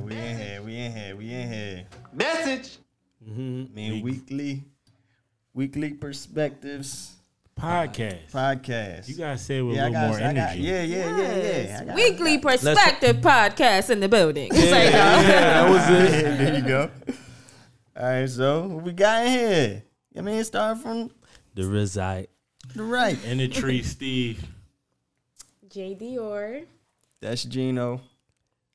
week Mm-hmm. weekly weekly perspectives podcast. podcast. You gotta say it with yeah, a I little got, more I got- energy. yeah, yeah, yeah, yeah. I got- Weekly perspective podcast in the building. It's like, uh, that was it. there you go. All right, so what we got in here? I mean, start from The reside the right. in the tree, Steve. J Dior. That's Gino.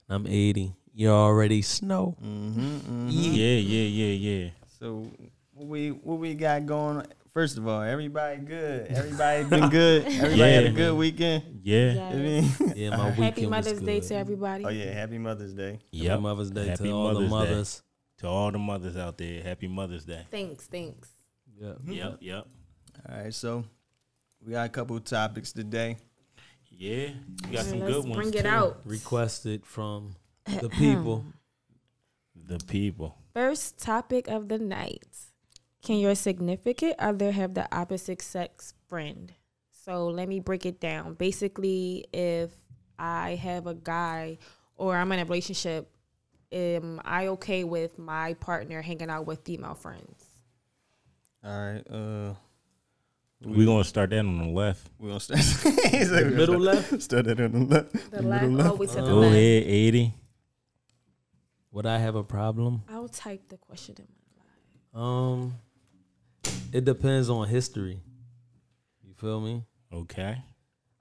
I'm 80. You already snow. Mm-hmm, Yeah, yeah, yeah, yeah. So what we what we got going? First of all, everybody good. Everybody been good. Everybody had a Yeah. good weekend. Yeah. I mean, Yeah, my weekend Happy was Mother's Day good. to everybody. oh yeah, Happy Mother's Day. Happy Yep. Mother's Day Happy to all the Mother's Day. mothers. To all the mothers out there, happy Mother's Day. Thanks, thanks. Mm-hmm. Yeah. Yep, yep. All right, so we got a couple topics today. Yeah. You got some Let's good ones. bring it too. out. Requested from the people. The people. First topic of the night. Can your significant other have the opposite sex friend? So let me break it down. Basically, if I have a guy or I'm in a relationship, am I okay with my partner hanging out with female friends? All right, uh, We're gonna start that on the left. we gonna start. He's like, we gonna Middle start- left? Start that on the left. The left, always to the Go left. ahead, 80. Would I have a problem? I'll type the question in my Um, it depends on history. You feel me? Okay.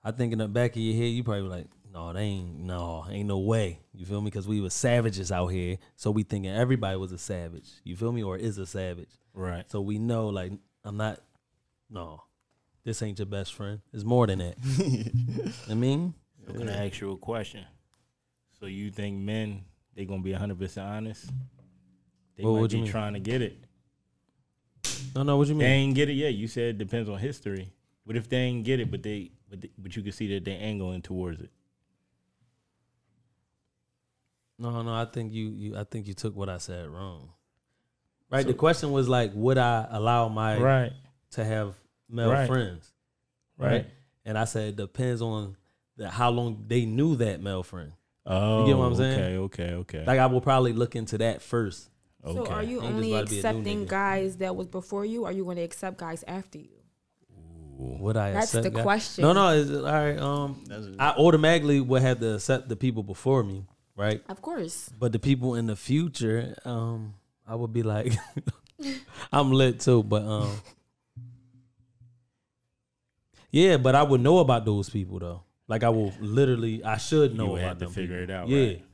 I think in the back of your head, you probably like, no, they ain't, no, ain't no way. You feel me? Because we were savages out here, so we thinking everybody was a savage. You feel me? Or is a savage. Right. So we know, like, I'm not. No, this ain't your best friend. It's more than that. I mean, So can I ask you a question? So you think men they gonna be hundred percent honest? They What- might what you be mean? trying to get it. no, no. What you They mean? ain't get it yet. You said it depends on history. What if they ain't get it, but they but, they, but you can see that they angling towards it. No, no. I think you, you. I think you took what I said wrong. Right. the question was like, would I allow my Right. to have male Right. friends? Right. And I said it depends on the, how long they knew that male friend. Oh, get what I'm saying? Okay. Okay. Okay. Like I will probably look into that first. okay. So are you Ain't only just about to be a new accepting nigga. guys that was before you? Or are you going to accept guys after you? Would I? That's accept the God? question. No, no. Is it, all right. Um, I automatically would have to accept the people before me. Right. Of course. But the people in the future, um, I would be like, I'm lit too, but um, yeah, but I would know about those people though. Like I will literally, I should know You would about have to them figure people. it out, Yeah, right.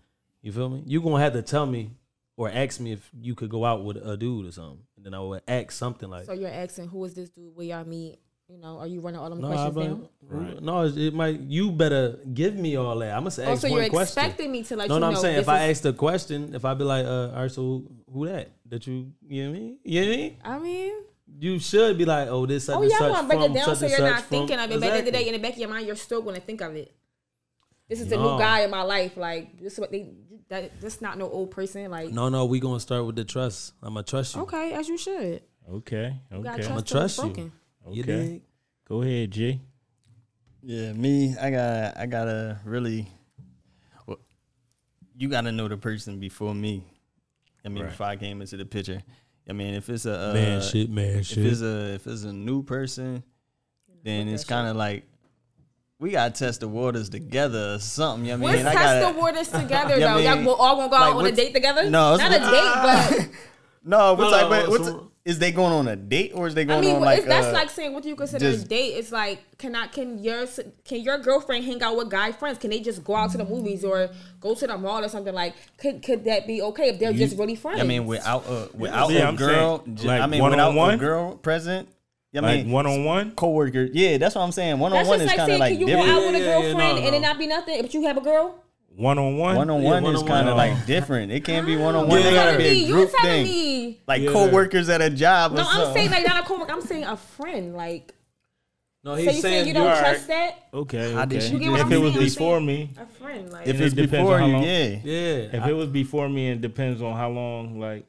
you feel me? You gonna have to tell me or ask me if you could go out with a dude or something, and then I would ask something like, So you're asking who is this dude? Where y'all meet? You know, are you running all them no, I questions might- down? Right. no, it it might. You better give me all that. I must ask Oh, so one you're question. expecting me to let No, you no, know? I'm saying this if I is- ask the question, if I be like, uh, all right, so who that? That you, you know what I mean? You know what I mean? I mean, You should be like, oh, this such oh and yeah, I such want to break from it down such so and you're such not from- thinking of it. But at the end of the day, Exactly. in the back of your mind, you're still going to think of it. This is the No. new guy in my life. Like this, is what they that that's not no old person. Like No, no, we gonna start with the trust. I'm gonna trust you. okay, as you should. Okay. You gotta Okay. trust, I'ma trust trust you. you. You Okay. dig? Go ahead, G. Yeah, me. I got. I gotta really. Well, you gotta know the person before me. I mean, Right. if I came into the picture, I mean, if it's a uh, man, shit, man, if it's shit. a if it's a new person, then it's kind of like we gotta test the waters together or something. You know what I Let's mean, I test gotta, the waters together Yeah, I though. mean, Y'all we're all gonna go like, out on a what's- date together. No, it's not a date, not- but no, what's No, like, no, wait, no, what's so- is they going on a date or is they going I mean, on well, like it's, that's uh, like saying what do you consider just- a date? It's like can I can your can your girlfriend hang out with guy friends? Can they just go out to the movies or go to the mall or something? Like could could that be okay if they're you- just really friends? I mean, without a without Yeah, a I'm girl, saying, j- like, I mean, without one-on-one? a girl present. I Like mean, one on one. coworker. Yeah, that's what I'm saying. One on that's one just is like kind of saying like can you go out different. with a Yeah, yeah, yeah, girlfriend no, and it no. not be nothing, but you have a girl. One on one. uh-huh. One on one Yeah, is kind one-on-one. of like different. It can't be one on one. You It telling gotta be me- a you group telling thing. me- Like Yeah. coworkers at a job. No, or I'm something. saying like not a coworker. I'm saying a friend. Like No, so you saying you don't you're trust that Okay. How did okay. she You get what if I'm it was saying? before me, a friend. Like if it it's depends before on how you, long- yeah. Yeah, if I- it was before me, it depends on how long like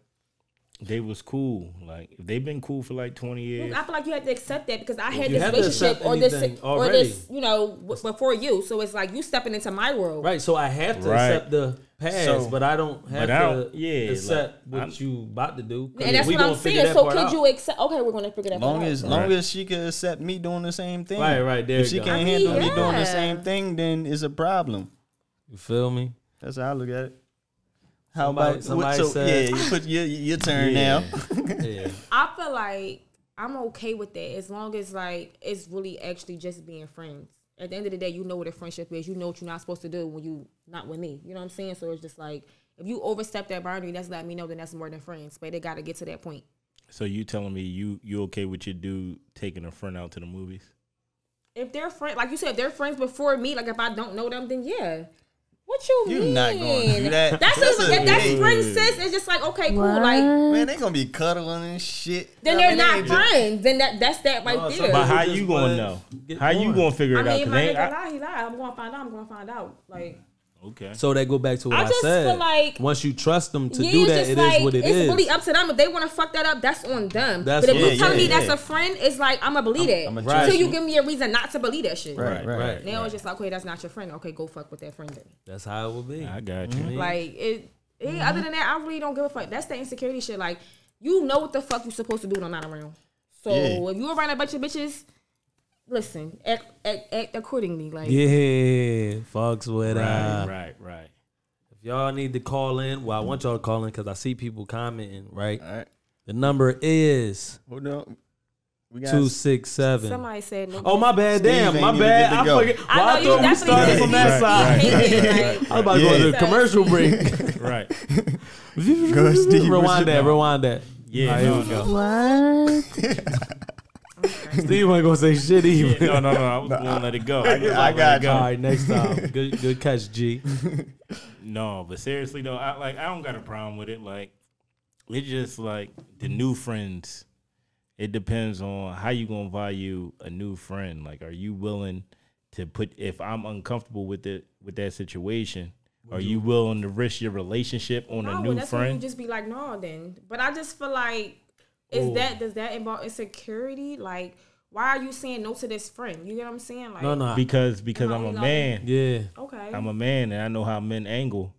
they was cool. Like if they've been cool for like twenty years, I feel like you have to accept that because I had you this have to relationship accept or this anything or already. this, you know, w- before you. So it's like you stepping into my world. right. So I have to Right. accept the pass, So- but I don't have But I to don't- yeah, accept like, what I'm- you about to do. 'cause And that's we what I'm gonna figure saying. that So part could out. you accept? Okay, we're gonna figure that Long part as out. long Right. as she can accept me doing the same thing. Right, right there. If she you go. can't I mean, handle me doing yeah. the same thing, then it's a problem. You feel me? That's how I look at it. How Somebody- about somebody so, said- yeah, you put your your turn Yeah. now. Yeah. I feel like I'm okay with that as long as like it's really actually just being friends. At the end of the day, you know what a friendship is. You know what you're not supposed to do when you not with me. You know what I'm saying? So it's just like if you overstep that boundary, that's letting me know then that's more than friends. But they got to get to that point. So you telling me you you okay with your dude taking a friend out to the movies? If they're friends, like you said, if they're friends before me, like if I don't know them, then yeah. What you You mean? not gonna do that. That's That's a, a if that's big- friends, sis. It's just like okay, cool. Like Man, they gonna be cuddling and shit. I then they're mean, they not ain't friends. Then that that's that right No, there. somebody- But how just you gonna wanna know? get How you going. gonna figure I it out? mean, 'Cause my they ain't- nigga I- lie, he lie. I'm gonna find out. I'm gonna find out. Like, okay. So that go back to what I I, just feel said. like- once you trust them to yeah, do it's that, just it is like what it it's is. really up to them. If they want to fuck that up, that's on them. That's but if what- you Yeah, tell me yeah, that's yeah. a friend, it's like I'm gonna believe that I'ma until trust you you. give me a reason not to believe that shit. Right, right. right. Now it's just like, okay, that's not your friend. Okay, go fuck with that friend. Then. That's how it would be. I got you. Like it. Yeah, Other than that, I really don't give a fuck. That's the insecurity shit. Like, you know what the fuck you're supposed to do when I'm not around. So Yeah. if you around a bunch of bitches, listen, act, act, act accordingly. Like, Yeah, fucks with Right, uh, right, right. If y'all need to call in, well, I want y'all to call in because I see people commenting. Right, All right, the number is hold on. We got two six seven. somebody said, no Oh my bad, damn, Steve my ain't even good bad. to I go. forget. I Well, I, know you thought we definitely started did. from that Right, side. right. Hey, like, I was about to go to the Yeah. commercial break. Right. Go, Steve, what you rewind that, doing? rewind that. Yeah. All no, right, here we go. What? Steve ain't gonna say shit Yeah, even. no, no, no. I was gonna let it go. I, was I like, got let it you. go. All right, next time. Good, good catch, G. No, but seriously though, I like I don't got a problem with it. Like it's just like the new friends. It depends on how you gonna value a new friend. Like, are you willing to put if I'm uncomfortable with it with that situation, are you willing to risk your relationship on no, a and new that's when you friend? just be like, no, then. But I just feel like, is that does that involve insecurity? Like, why are you saying no to this friend? You get what I'm saying? Like, No, no. because because No, I'm a no. man. Yeah. okay, I'm a man and I know how men angle.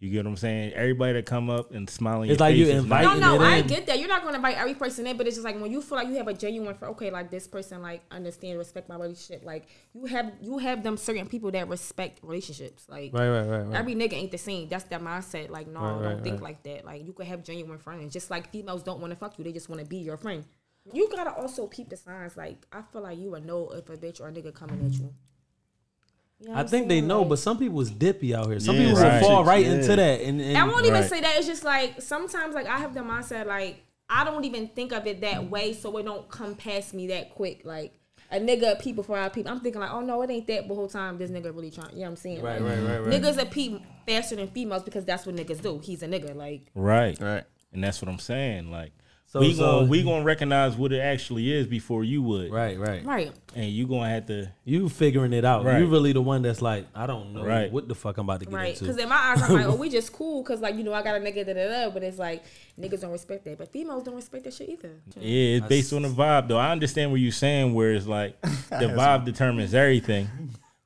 You get what I'm saying? Everybody that come up and smile in It's your like face you is not- invite- no, no, it I in. get that. You're not gonna invite every person in, but it's just like when you feel like you have a genuine friend. Okay, like this person, like understand, respect my relationship. Like you have you have them certain people that respect relationships. Like Right, right, right, right. Every nigga ain't the same. That's their mindset. Like, no, Right, don't right, think right. like that. Like, you could have genuine friends. Just like females don't want to fuck you, they just want to be your friend. You gotta also peep the signs. Like, I feel like you would know if a bitch or a nigga coming at you. You know what I I'm think they saying? know, Like, but some people is dippy out here. Some Yeah, people will right. fall right Yeah. into that. And, and I won't even Right. say that. It's just like sometimes, like I have the mindset, like I don't even think of it that way, so it don't come past me that quick. Like a nigga, people for our people. I'm thinking like, oh no, it ain't that. But whole time, this nigga really trying. You know what I'm saying? Right, Like, right, right, right. Niggas are peep faster than females because that's what niggas do. He's a nigga. Like Right. Right. And that's what I'm saying. Like So- we so- gonna we gonna recognize what it actually is before you would. Right, right. Right. And you gonna have to You figuring it out. Right. You really the one that's like, I don't know Right. what the fuck I'm about to get Right. Because into. in my eyes, I'm like, oh, we just cool. Because, like, you know, I got a nigga, da da da. But it's like, niggas don't respect that. But females don't respect that shit either. Yeah, it's based on the vibe though. I understand what you're saying where it's like the vibe determines everything.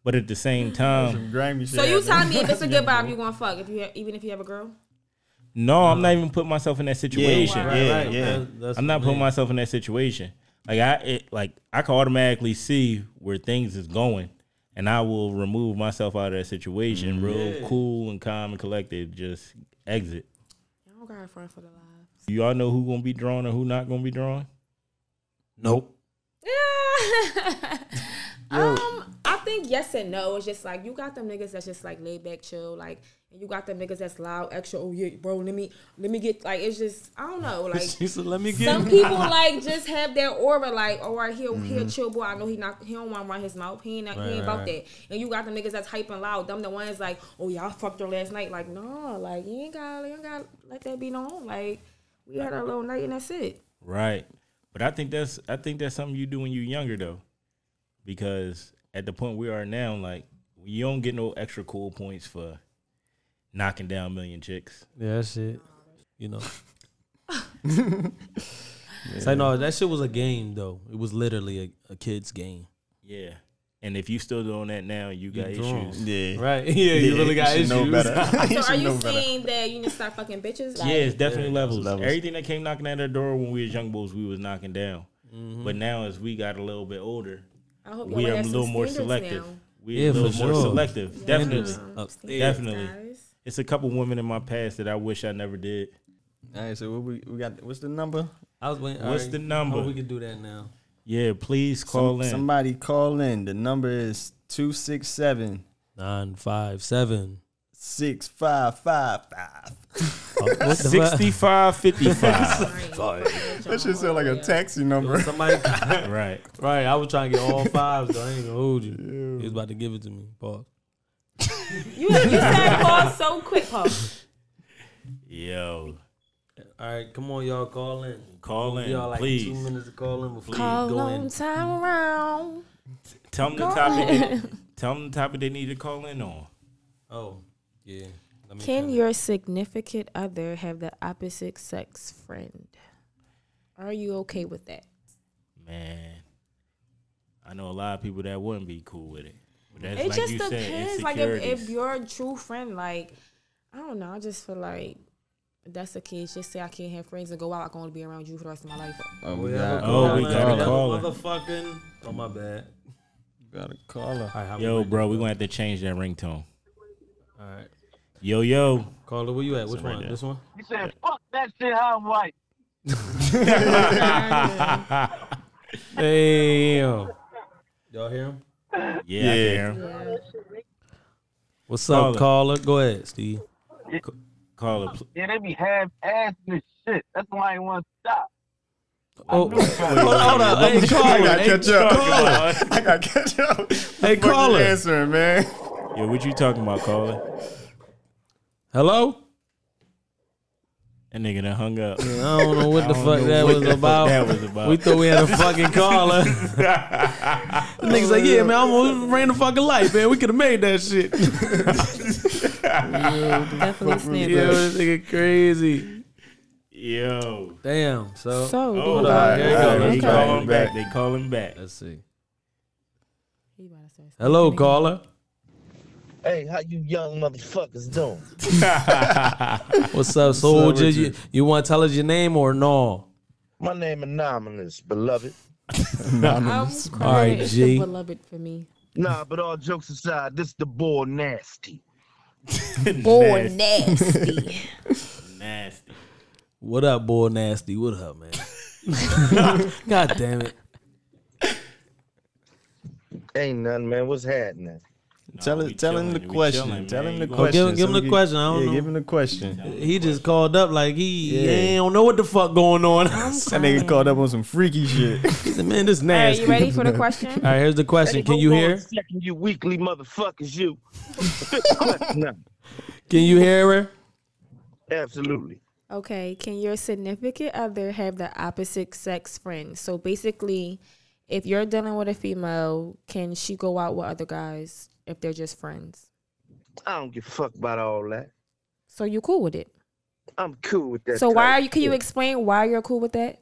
But at the same time, Grimy shit. So you happening. tell me if it's a good vibe, you gonna fuck if you have, even if you have a girl. no, I'm not even putting myself in that situation. Yeah, Yeah. right, yeah. That- that's I'm what I not putting mean. myself in that situation. Like I it, like I can automatically see where things is going and I will remove myself out of that situation Mm-hmm. real cool and calm and collected, just exit. I don't got a friend for the lives. You all know who gonna be drawing and who not gonna be drawing? Nope. Yeah. um, I think yes and no. It's just like you got them niggas that's just like laid back, chill, like, and you got them niggas that's loud, extra. Oh yeah, bro, let me let me get like it's just I don't know, like She said, let me get some people like just have their aura like all right he'll he'll chill boy i know he not he don't want to run his mouth he ain't, not, he ain't about that and you got the niggas that's hyping loud them the ones like oh y'all fucked her last night like no like you ain't gotta you ain't gotta let that be known like we had our little night and that's it Right. But I think that's I think that's something you do when you're younger though. Because at the point we are now, like you don't get no extra cool points for knocking down million chicks. Yeah, that shit. You know. It's like no, that shit was a game though. It was literally a, a kid's game. Yeah. And if you still doing that now, you got You drunk. issues. Yeah. Right? Yeah, you really got should issues. Know better. You So are should you know better. saying that you need to stop fucking bitches? yeah, it's definitely levels. levels. Everything that came knocking at our door when we was young bulls, we was knocking down. But now, as we got a little bit older, I hope y'all we are a have some little more standards selective. now. We Yeah, a for little more sure. selective, definitely. Up there. Definitely. Guys. It's a couple women in my past that I wish I never did. All right, so what we, we got what's the number? I was waiting. What's alright, the number? hope we can do that now. Yeah, please call Some- in. Somebody call in. The number is 267 Nine five seven. 6555. Oh, what the fuck? 65 55. Sorry. That should sound like a taxi number. Somebody, right. right? I was trying to get all fives. Though. I ain't gonna hold you. He was about to give it to me. Pause. You, you said pause so quick, pause. Yo, All right, come on, y'all, call in. call in. We all like two please. minutes to call in before you Call go on in. time around. Tell them the Call topic. They, tell them the topic they need to call in on. Oh, yeah. Let me Can kinda- your significant other have the opposite sex friend? Are you okay with that? Man, I know a lot of people that wouldn't be cool with it. But that's it like just you depends. said, like if, insecurities. if you're a true friend, like I don't know, I just feel like if that's the case. Just say I can't have friends and go out. I'm gonna be around you for the rest of my life. Oh, We have a Oh, caller. we got a another caller. Motherfucking. Oh my bad. got a caller. All right, how we Yo, doing? bro, we're gonna have to change that ringtone. All right, Yo, yo. caller, where you at? Which Somebody one? there. This one. He said, fuck that shit, how I'm white. Damn. Y'all hear him? Yeah, I hear him. Yeah. What's Caller. up, caller? Go ahead, Steve. Call it. pl- Yeah, they be half assed and shit. That's why I ain't want to stop. Oh, hold up. Hey, I gotta caller. catch up. I gotta catch up. Hey, Fuck you caller. Answering, man. Yo, what you talking about, caller? Hello? That nigga done hung up. I don't know what the fuck that was about. that was about. We thought we had a fucking caller. the nigga's like, yeah, man, I almost ran the fucking light, man. We could have made that shit. Definitely Yo, standards. this nigga crazy. Yo. Damn. So, So, Oh, do all right, you- here you go. They Let's Okay. call try him it back. back. They call him back. let's see. He about to say- Hello, caller. Hey, how you young motherfuckers doing? What's up, soldier? You, you want to tell us your name or no? My name Anonymous, beloved. I'm crying. All right, It's G. the beloved for me. Nah, but all jokes aside, this the boy nasty. Boy, nasty. Nasty. What up, boy? Nasty. What up, man? God damn it. Ain't nothing, man. What's happening? tell we it, tell him the chilling, we question. chilling, tell man. him the You gonna- Oh, question. give- give him we the can- question. I don't yeah, know. give him the question. He just called up like he, Yeah. he don't know what the fuck going on. That nigga called up on some freaky shit. he said, man, this All right, nasty. you ready for the question? All right, here's the question. Can you hear? Second, you weekly motherfuckers, you. no, Can you hear her? absolutely. Okay, can your significant other have the opposite sex friend? So basically, if you're dealing with a female, can she go out with other guys if they're just friends? I don't give a fuck about all that. So you cool with it? I'm cool with that. so why type are you? Can you shit, explain why you're cool with that?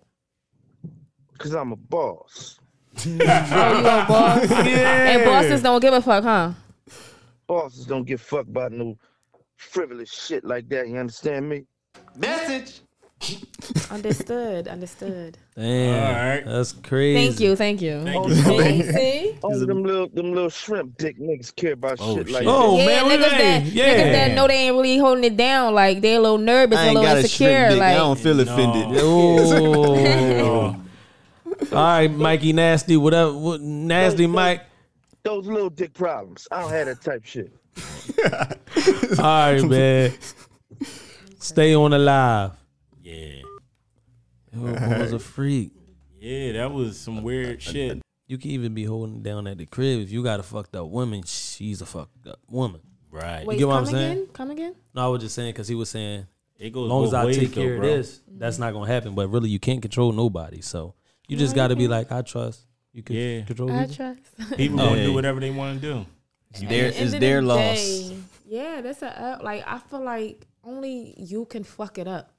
Cause I'm a boss. Oh, you a boss? And bosses don't give a fuck, huh? Bosses don't give a fuck about no frivolous shit like that. You understand me? Understood. Understood. Damn. All right. That's crazy. Thank you. Thank you. Thank you. See, see? Only Oh, them little, them little shrimp dick niggas care about Oh, shit shit. like Oh, yeah, man. niggas Niggas that yeah. niggas that know they ain't really holding it down, like they're a little nervous, I a ain't little got a shrimp insecure. dick. I don't Like feel No. offended. Oh. All right, Mikey Nasty. What up? What, nasty Mike. those little dick problems. I don't have that type shit. All right, man. Stay on alive. Yeah. Yo, boy was a freak. Yeah, that was some weird shit. You can even be holding it down at the crib if you got a fucked up woman. She's a fucked up woman. Right. Wait, get what I'm come saying? again? Come again? No, I was just saying because he was saying, It goes as long as both I ways, take though, care of bro. this, that's not gonna happen. But really, you can't control nobody. So you just got to be like, I trust. You can Yeah. control. Mm-hmm. I I trust. People gonna do Hey. whatever they want to do. It's their, At the it's end of their the loss. day, Yeah, that's a up. like I feel like only you can fuck it up.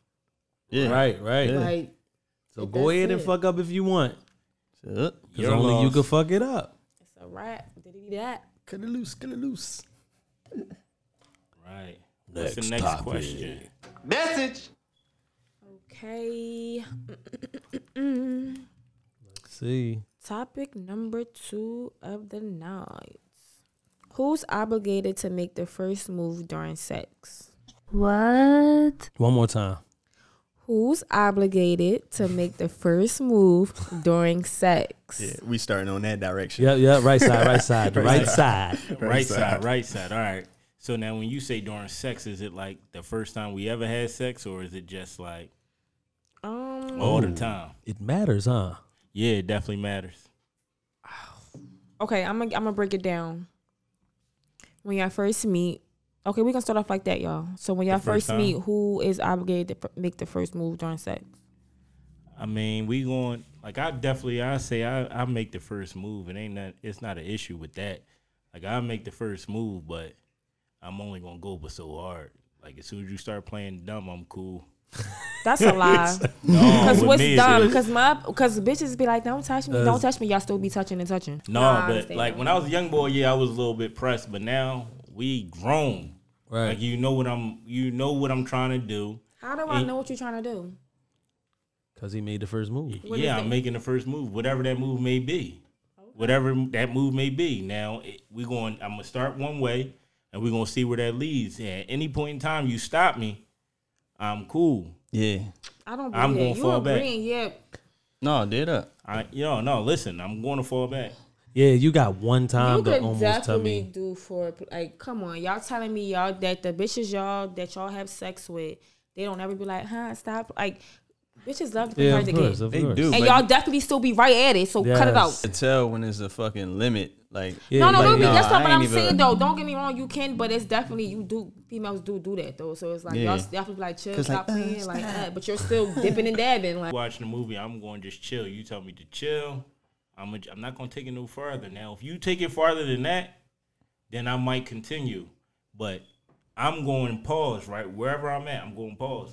Yeah. right, right. Like So go that's ahead and it. fuck up if you want. Yup. Because Your only you loss. can fuck it up. it's a rap? Did he do that? Cut it loose, cut it loose. Right. What's the next question? Message. Okay. See, Topic number two of the night. Who's obligated to make the first move during sex? What? one more time. Who's obligated to make the first move during sex? Yeah, we starting on that direction. Yeah, yeah. Right side, right side, right, side. Right side, right side. All right. So now, when you say during sex, is it like the first time we ever had sex, or is it just like Um, all the time? It matters, huh? Yeah, it definitely matters. okay, I'm gonna I'm gonna break it down. When y'all first meet, okay, we gonna start off like that, y'all. So when y'all first first, meet, time? who is obligated to pr- make the first move during sex? I mean, we going like I definitely I say I, I make the first move. It ain't that it's not an issue with that. Like I make the first move, but I'm only gonna go but so hard. Like as soon as you start playing dumb, I'm cool. That's a lie. No, Cause Oh, with what's me, it's- dumb? Cause my cause bitches be like, don't touch me, don't touch me. Y'all still be touching and touching. No, Nah, I but understand. like when I was a young boy, yeah, I was a little bit pressed, but now we grown. Right. Like you know what I'm you know what I'm trying to do. How do I Ain't- know what you're trying to do? Because he made the first move. What yeah, is I'm it? making the first move, whatever that move may be, whatever that move may be. Now it, we going. I'm gonna start one way, and we're gonna see where that leads. And at any point in time, you stop me, I'm cool. Yeah. I don't. I'm believe gonna it. you fall back. agreeing, Yeah, No, did up. I, you know, no, listen, I'm going to fall back. Yeah, you got one time you to could almost tell definitely me. do for like. Come on, y'all telling me y'all that the bitches y'all that y'all have sex with, they don't ever be like, huh? Stop. Like, bitches love to be Yeah, hard of to course, get, of They course. do. and but y'all definitely still be right at it. So cut it Yes. out. you can tell when there's a fucking limit. Like Yeah, No, no, like, no, nah, that's not I what ain't I'm even- saying though. Don't get me wrong, you can, but it's definitely you do. Females do do that though, so it's like Yeah. y'all definitely like chill, 'Cause like, stop uh, playing, like stop. that. But you're still dipping and dabbing, like Watching a movie, I'm going to just chill. You tell me to chill. I'm. A, I'm not going to take it no farther. Now, if you take it farther than that, then I might continue. But I'm going to pause right wherever I'm at. I'm going to pause,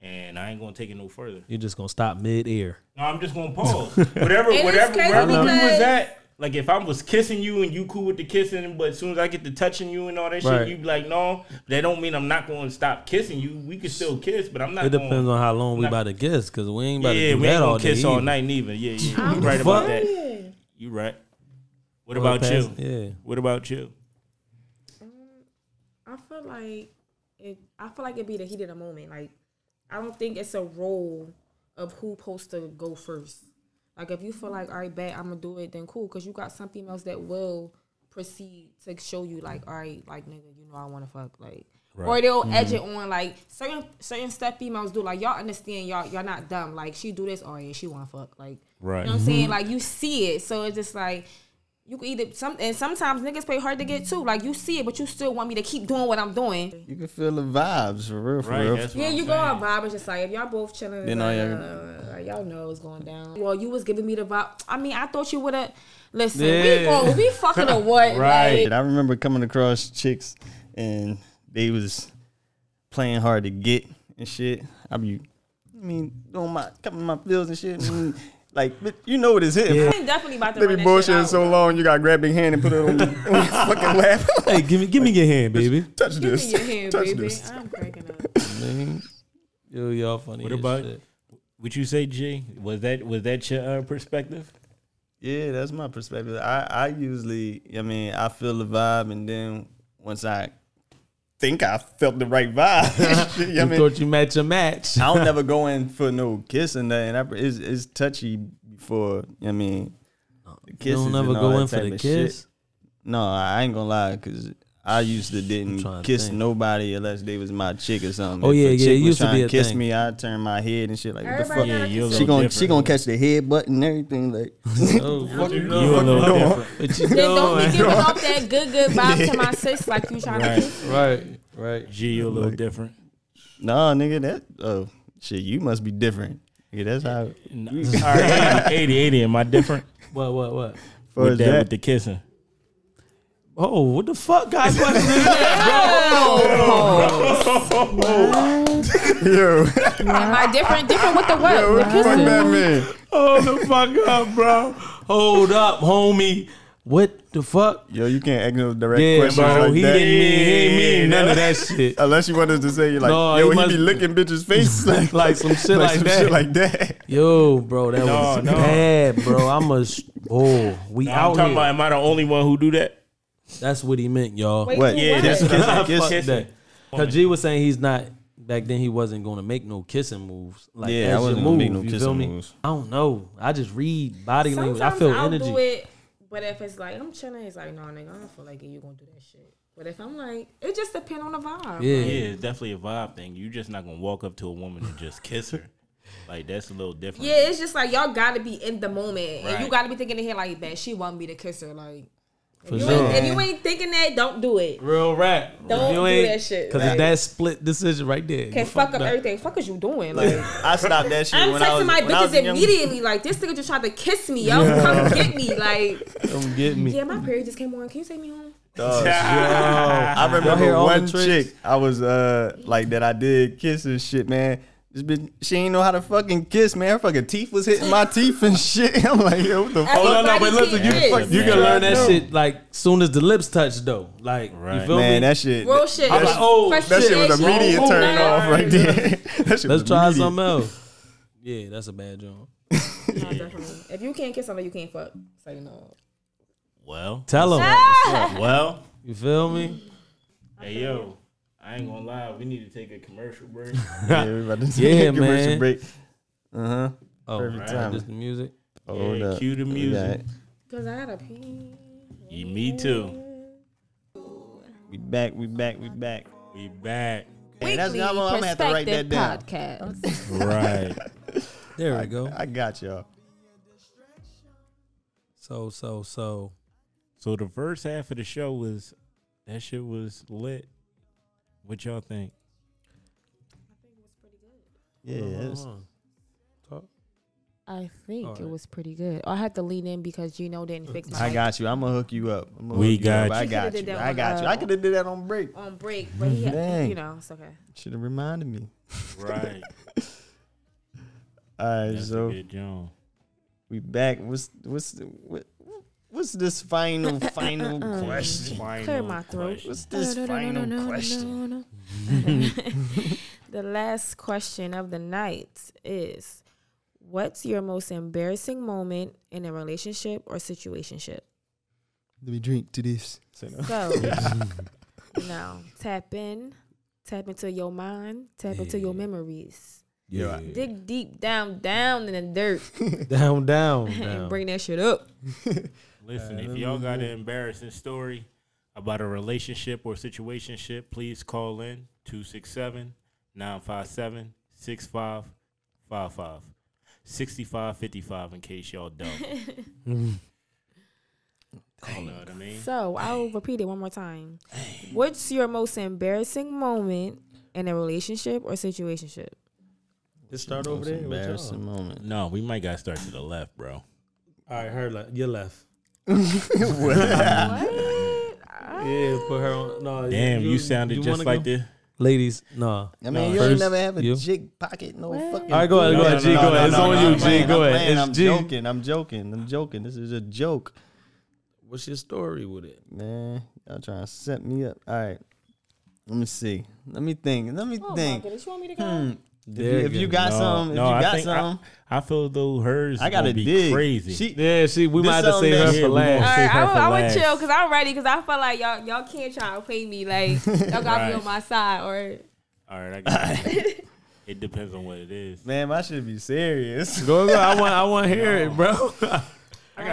and I ain't going to take it no further. You're just gonna stop mid air. No, I'm just gonna pause. whatever, It is whatever, crazy wherever we was because- at. Like if I was kissing you and you cool with the kissing, but as soon as I get to touching you and all that Right. shit, you be like, no, that don't mean I'm not going to stop kissing you. We can still kiss, but I'm not. It depends gonna, on how long we about to kiss, because we ain't about yeah, to do we ain't that all gonna day. kiss all either. night neither. Yeah, yeah, you right about that. You right. What Well, about past- you? Yeah. What about you? I feel like it. I feel like it'd be the heat of the moment. Like I don't think it's a role of who supposed to go first. Like if you feel like all right, bet I'm gonna do it, then cool. Cause you got some females that will proceed to show you like all right, like nigga, you know I want to fuck like. Or they'll edge it on like certain certain stuff females do like y'all understand y'all y'all not dumb like she do this oh yeah she want to fuck like Right. you know what I'm saying like you see it so it's just like you can either some and sometimes niggas play hard to get too. Like you see it, but you still want me to keep doing what I'm doing. you can feel the vibes for real, for Right. real. That's what Yeah, I'm you saying. go on vibe. It's just like if y'all both chilling, Then then all like, y'all- uh, like, y'all know it's going down. Well, you was giving me the vibe. I mean, I thought you would have. Listen, Yeah. we go, we fucking or what? Right. Like, I remember coming across chicks and they was playing hard to get and shit. I be, I mean, doing my covering my feels and shit. And like, but you know what it's hitting. I ain't definitely about to They be run that shit bullshitting out. so long, you gotta grab their hand and put it on, on your fucking lap. Hey, give me, give me your hand, baby. touch Give this, me your hand, touch baby. this. I'm cracking up. Man, Yo, y'all funny. What as about- shit. Would you say G? Was that was that your uh, perspective? Yeah, that's my perspective. I, I usually, I mean, I feel the vibe, and then once I think I felt the right vibe, you know what I You mean? thought you match a match. I don't never go in for no kiss and that. And I, it's, it's touchy before, I mean, the You kisses don't never and all go that in for type the of shit. kiss. No, I ain't gonna lie, because I used to trying didn't to kiss think. nobody unless they was my chick or something. Oh, If yeah, a yeah, chick it was used to trying be a kiss thing. me, I turn my head and shit like, what the fuck? Everybody got a you a kiss She little gonna she different. gonna catch the head button and everything like Oh, what you You a little different. What you Then don't doing? be giving off that good good vibe to my sis like you trying to. kiss. Right, right. G, you a little different. nah nigga that oh shit you must be different yeah that's how No. All right, 80, 80, 80. Am I different What, what, what? far with as that, that- with the kissing? Oh, what the fuck, God question is that? yo Am I different? Different with the what? The fuck kissing. that man Oh, the fuck up, bro. Hold up, homie. What the fuck? Yo, you can't ask no direct Yeah, questions bro. like he that. didn't mean, he ain't mean none of that shit. Unless you want us to say you're like, No, yo, he he, must- be licking bitches' faces like, Like some shit like some that. shit like that. Yo, bro, that No, was no. bad, bro. I'm a sh- oh, we Nah, I'm out talking here. about, am I the only one who do that? That's what he meant, y'all. Wait, What? who Yeah, was that's it? what Fuck Kissing. that. Cause G was saying he's not back then. He wasn't going to make no kissing moves. Like Yeah, that I shit wasn't gonna move, make no you kissing feel me? moves. I don't know. I just read body Sometimes language. I feel I'll energy. do it, but if it's like I'm chilling, it's like, no, nigga, I don't feel like it. You gonna do that shit. But if I'm like, it just depends on the vibe. Yeah. Yeah, it's definitely a vibe thing. You're just not gonna walk up to a woman and just kiss her. Like that's a little different. Yeah, it's just like y'all gotta be in the moment, and you Right. gotta be thinking in here like, man, she want me to kiss her. Like, if, you, sure. ain't, if you ain't thinking that, don't do it. Real rap. Don't You do ain't- that shit, Cause like- it's that split decision right there. You Can fuck up fucked everything. Fuck is you doing? Like, I stopped that shit I'm when I was texting my when I bitches was young. immediately. Like, this nigga just tried to kiss me. Yo, come get me. Like, Don't get me. yeah, my period just came on. Can you take me home? Dog, Oh, I hear remember all the one tricks? chick I was uh like that I did kiss and shit, man. This bitch, she ain't know how to fucking kiss, man. Her fucking teeth was hitting my teeth and shit. I'm like, yo, what the fuck? Oh no, no, but Everybody listen, you, can't kiss. fuck, you can learn that shit like soon as the lips touch though. Like you Right. feel Man, me? that shit. Real shit. I'm like, oh, Fresh That shit was immediate Oh, turn no. off right there. that shit was Let's try immediate. something else. Yeah, that's a bad job. No, definitely. If you can't kiss somebody, you can't fuck. So you know. Well, Tell him. Ah. Ah! well, You feel me? hey yo, I ain't gonna lie. We need to take a commercial break. Yeah, we about to take Yeah, a commercial man. break. Uh huh. Oh, Perfect right. timing. just the music. Hold yeah, up. cue the We got music. it. Cause I gotta pee. Yeah, me too. We back. We back. We back. We back. Hey, that's- I'm gonna- I'm gonna have to write that down. podcast. Right. There we go. I got y'all. So so so. so the first half of the show was that shit was lit. What y'all think? Yeah, that's- I think it was pretty good. I had to lean in because Gino didn't fix my I got you. I'm gonna hook you up. I'ma We hook got you. up. I you. got She coulda did you. that I on, got you. I uh, could have did that on break. on break, but he Dang. had, you know, it's okay. Should have reminded me. Right. All right, That's so a good job. we back. What's what's what, what's this final final question? Clear my throat. What's this final question? the last question of the night is what's your most embarrassing moment in a relationship or situationship? Let me drink to this. So, now tap in, tap into your mind, tap into your memories. Yeah. Dig deep down, down in the dirt Down down and down. bring that shit up. Listen, if y'all got an embarrassing story about a relationship or situationship, please call in 267 957 6555. 6555 in case y'all don't. You know what I mean? So, I'll repeat it one more time. What's your most embarrassing moment in a relationship or situationship? Just start over there. with y'all. Embarrassing moment. No, we might got to start to the left, bro. All right, her left. Your left. What? Yeah, put her on. No, Damn, you, sounded just like this. Ladies, no. I mean, you ain't First, never have a you. jig pocket, no fucking. All right, go ahead, go No, ahead, no, G. no, Go no, ahead. It's no, no, on you, I'm G. playing, Go ahead. I'm It's G. joking. I'm joking. I'm joking. This is a joke, What's your story with it? man. Y'all trying to set me up. All right. Let me see. Let me think. Let me Oh my think. goodness, you want me to go? Hmm. If, you, There if you you go. got some, if you got think some, I, I feel though hers. I, gotta gonna be dig. crazy. She, Yeah, see, we This might have to something save her that- Yeah, for we gonna last. save Alright, her I, for I would last. chill because I'm ready because I feel like y'all y'all can't try to play me like y'all got Right. me on my side or All right, I got it. It depends on what it is. man, I should be serious. Go, go. I want, I want to hear it, bro. I Alright, got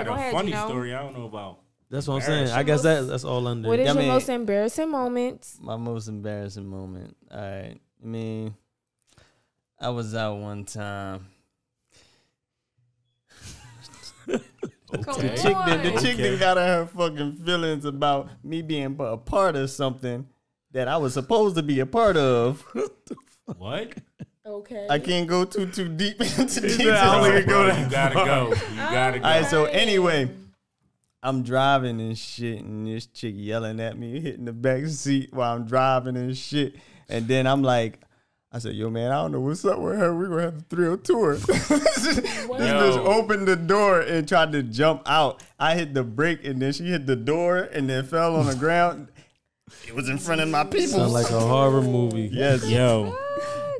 go a ahead, funny Gino. story I don't know about. That's what I'm saying. I guess that that's all under. What is I your mean- most embarrassing moment? My most embarrassing moment. All right. I mean, I was out one time. Come The chick on. that the chick Okay. that got in her fucking feelings about me being a part of something that I was supposed to be a part of. What? Okay. I can't go too too deep into details. Sorry, bro, you gotta go. You gotta go. All right, so anyway, I'm driving and shit, and this chick yelling at me, hitting the back seat while I'm driving and shit. And then I'm like, I said, yo, man, I don't know what's up with her. We're going to have to 302 her. this bitch Yo. opened the door and tried to jump out. I hit the brake and then she hit the door and then fell on the ground. It was in front of my people. Sound like a horror movie. yes. Yo,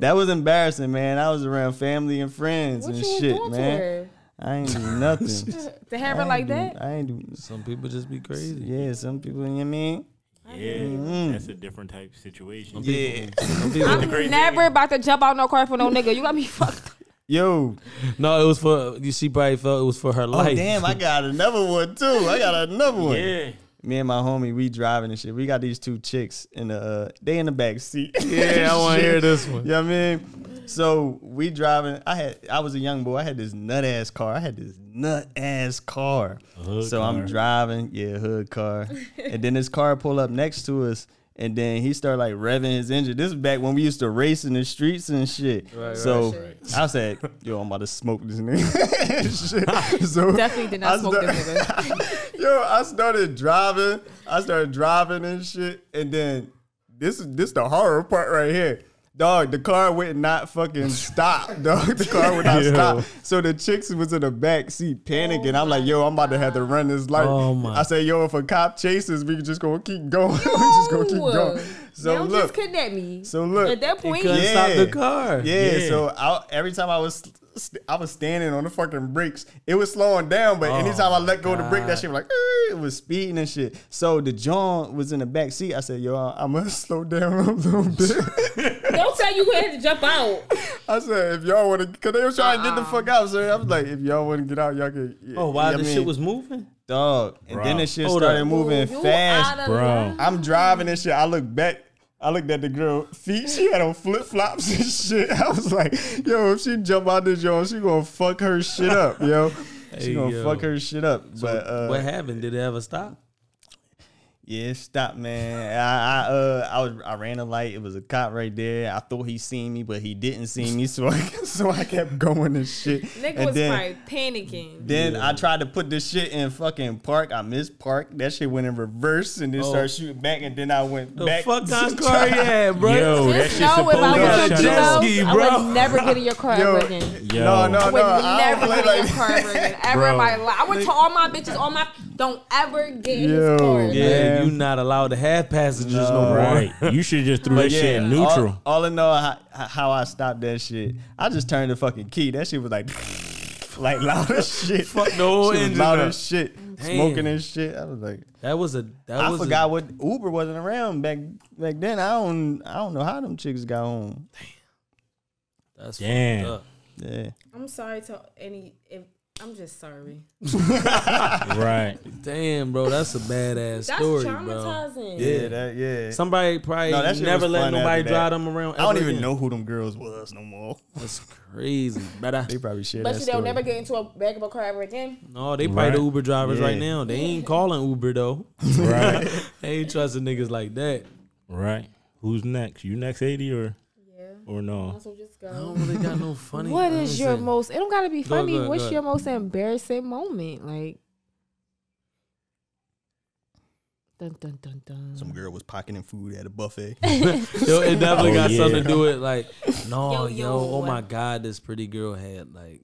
That was embarrassing, man. I was around family and friends What and you was shit, doing to man. her? I ain't do nothing. To have I her ain't like do- that? I ain't do. Some people just be crazy. Yeah, some people, you know what I mean? Mm-hmm. yeah, that's a different type of situation. Yeah. Some people- The crazy I'm never thing- about to jump out no car for no nigga. You got me fucked. up. Yo, no, it was for you. She probably felt it was for her oh life. damn, I got another one too. I got another one. Yeah, Me and my homie, we driving and shit. We got these two chicks in the uh, they in the back seat. Yeah, I want to Shit. hear this one. You know what I mean? So we driving. I had I was a young boy. I had this nut ass car. I had this nut ass car. so I'm driving, yeah, hood car. and then this car pull up next to us. And then he started like revving his engine. This is back when we used to race in the streets and shit. so I said, "Yo, I'm about to smoke this nigga." Shit. So Definitely did I not smoke this start- nigga. Yo, I started driving. I started driving and shit. And then this is this the horror part right here. Dog, the car would not fucking stop. Dog, the car would not stop. So the chicks was in the back seat panicking. I'm like, yo, I'm about to have to run this light. Oh my- I say, yo, if a cop chases, we just gonna keep going. we just gonna keep going. So They don't look, just connect me. so look. At that point, Couldn't Yeah. stop the car. Yeah, Yeah. so I, every time I was st- I was standing on the fucking brakes, it was slowing down. Oh But anytime I let go of the brake, that shit was like "Eh," it was speeding and shit. So the John was in the back seat. I said, "Yo, I'm gonna slow down a little bit." don't tell you had to jump out. I said, "If y'all want to," because they was trying to get the fuck out. So I was like, "If y'all want to get out, y'all can." yeah, Oh, wow, you know this what I shit mean? was moving. dog, and then Bruh. the shit Hold started up. moving You fast. outta Bro. line. I'm driving and shit. I look back. I looked at the girl feet. She had on flip flops and shit. I was like, yo, if she jump out this yard, she gonna fuck her shit up, yo. She Hey, gonna yo. fuck her shit up. but uh, what happened? Did it ever stop? yeah, stop, man. I I, uh, I was I ran a light. It was a cop right there. I thought he seen me, but he didn't see me. So I so I kept going and shit. Nigga and was then, probably panicking. Then I tried to put this shit in fucking park. I missed park. That shit went in reverse and then started shooting back. And then I went Oh. The back. fuck to kind of the car you top. had, bro? yo, that Just shit's know if I supposed was to on shut a jet up. jet ski, ski, bro. I bro. would never get in your car Yo, ever again. Yo, No, no, I no. would I don't never play get in like your car ever again. Ever in my life. I would tell all my bitches, all my don't ever get in Yo. his car. Yeah, Man. you not allowed to have passengers no, more. Right, you should just threw that shit in neutral. All, all in all, how, how I stopped that shit, I just turned the fucking key. That shit was like, like loud as shit. Fuck the whole She was engine Loud up. as shit. Damn. Smoking and shit. I was like, That was a. That I was forgot A, what Uber wasn't around back back then. I don't, I don't know how them chicks got home. that's Damn. fucked up. Yeah. I'm sorry to any. If, I'm just sorry. Right. Damn, bro, that's a badass That's story, bro. traumatizing. Yeah. That, yeah. Somebody probably No, that shit never was let fun nobody after that. drive them around. I don't ever even again. know who them girls was no more. That's crazy, brother. They probably shared But that you they'll story. never get into a back of a car ever again. No, they probably Right. the Uber drivers right Yeah. now. They ain't calling Uber though. Right. they ain't trusting niggas like that. Right. Who's next? You next, eighty or Yeah. or no? So just I go. don't really got no funny. What is your honestly. most? It don't gotta be Go, funny. go, What's go. your most embarrassing moment? Like. Dun, dun, dun, dun. Some girl was pocketing food at a buffet. Yo, it definitely Oh, got yeah. something to do with like, no, Yo, yo, yo. oh my god, this pretty girl had like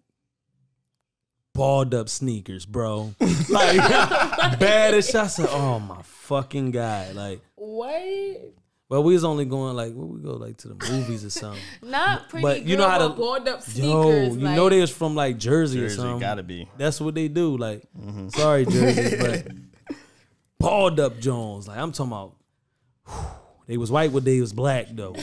balled up sneakers, bro. Like bad as shit. I said, oh my fucking god. Like, What? well, we was only going like where we go like to the movies or something. Not pretty. But you girl, know how but to- balled up Yo, sneakers. you like, know they was from like Jersey, or Jersey, something. gotta be. That's what they do. Like, Mm-hmm. sorry Jersey, but balled up Jones. Like I'm talking about. They was white, but they was black though.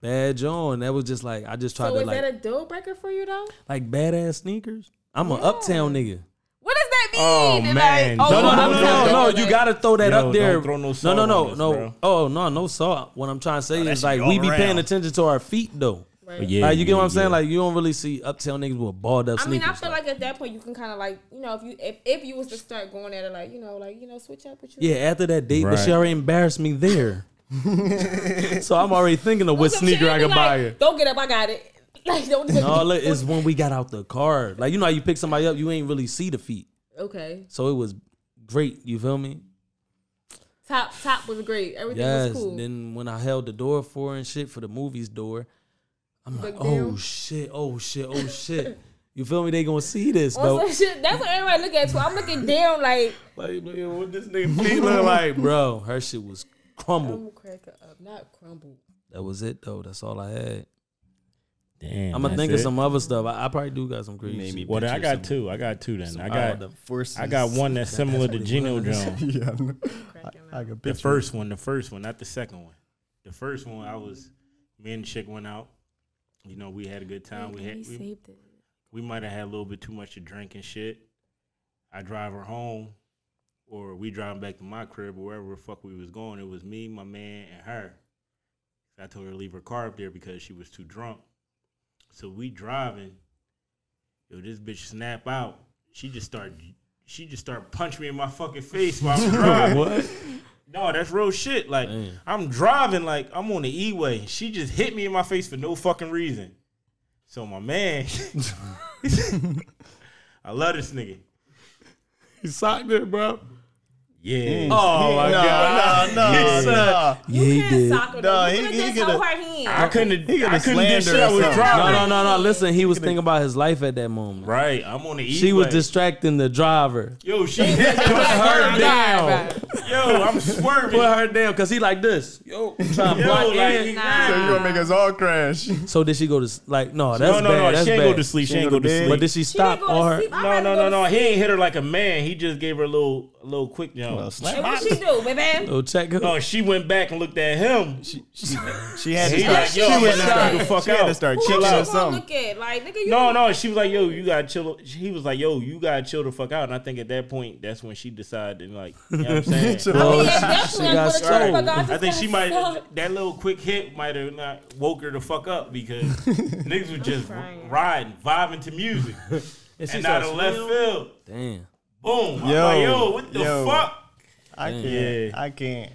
Bad John. That was just like I just tried So to is like that a deal breaker for you though? like badass sneakers. I'm an uptown nigga. What does that mean? Oh, Like, man. oh, No, no, no, no, don't- no, no. You gotta throw that Yo, up there. don't throw no no, salt no, on no, this, no. bro. Oh no, no salt. What I'm trying to say is shit like all we be paying around. attention to our feet though. Right. Yeah. like you get what I'm yeah, saying? yeah. Like you don't really see uptown niggas with balled up I mean, sneakers. I feel like at that point you can kind of like you know if you if, if you was to start going at it like you know like you know switch up with you. Yeah, after that date, but she Right. already embarrassed me there. so I'm already thinking of what Some shit sneaker I be can like, buy her. Don't get up, I got it. Like don't. No, look, it's when we got out the car. Like you know how you pick somebody up, you ain't really see the feet. okay. So it was great, you feel me? Top top was great. Everything Yes. was cool. Then when I held the door for her and shit for the movie's door, I'm like, Look oh down. shit, oh shit, oh shit. You feel me? They gonna see this, On bro. some shit, that's what everybody look at too. I'm looking down like Like, man, what this nigga feet look like, bro? Her shit was crumbled. I'm cracker up, not crumble. That was it though. That's all I had. Damn, I'm gonna that's think of it? some other stuff. I, I probably do got some crazy. Made me shit. Well, then I picture got some- two. I got two. Then I wild got up- Forces. I got one that's similar to Geno Jones. yeah, I, know. I, I can The picture first one, the first one, not the second one. The first one, I was me and the chick went out. You know, we had a good time. We had we, saved it. we might have had a little bit too much to drink and shit. I drive her home, or we drive back to my crib or wherever the fuck we was going. It was me, my man, and her. I told her to leave her car up there because she was too drunk. So we driving. Yo, this bitch snap out. She just started. She just started punching me in my fucking face while I'm driving. What? No, that's real shit. Like Damn. I'm driving, like I'm on the E-way. She just hit me in my face for no fucking reason. So my man, I love this nigga. He socked it, bro. Yeah. Oh my god. No, no, no. Yeah, he Can't did. sock her Nah, though. he- You could he have just coulda- held her hand. I couldn't. He He could've I couldn't do slandered shit. I or was something. driving. No, no, no, no. Listen, he was thinking about his life at that moment. Right. I'm on the E-way. She was distracting the driver. Yo, she hit her. down. Yo, I'm Put swerving. her down because he like this. Yo, trying to Yo, block like, in. So you gonna make us all crash? So did she go to s- like no? That's no, no, bad. no. that's she ain't bad. go to sleep. She, ain't go to sleep. But did she stop didn't go to or her? sleep. I'd no, rather no, go no, to no. He sleep. ain't hit her like a man. He just gave her a little, a little quick jump. Well, And slap. what she do, baby? Oh, check her. Oh, she went back and looked at him. She had to start. He like, yo, I'm she gonna was knock you the start. fuck She had to out. start Who chill or else you gonna something. look at? Like nigga, you No, no. She was like, yo, you gotta chill. He was like, yo, you gotta chill the fuck out. And I think at that point, that's when she decided, like, you know what I'm saying? Chill I out. mean, Oh, yeah, she- definitely she I'm got gonna try to sold. fuck I out. think just kinda she might suck. that little quick hit might have not woke her the fuck up because niggas was just crying. riding, vibing to music, And she and out starts of left smiling. field, Damn, boom. I'm Yo, like, yo, what the yo. fuck? I Yeah. can't. I can't.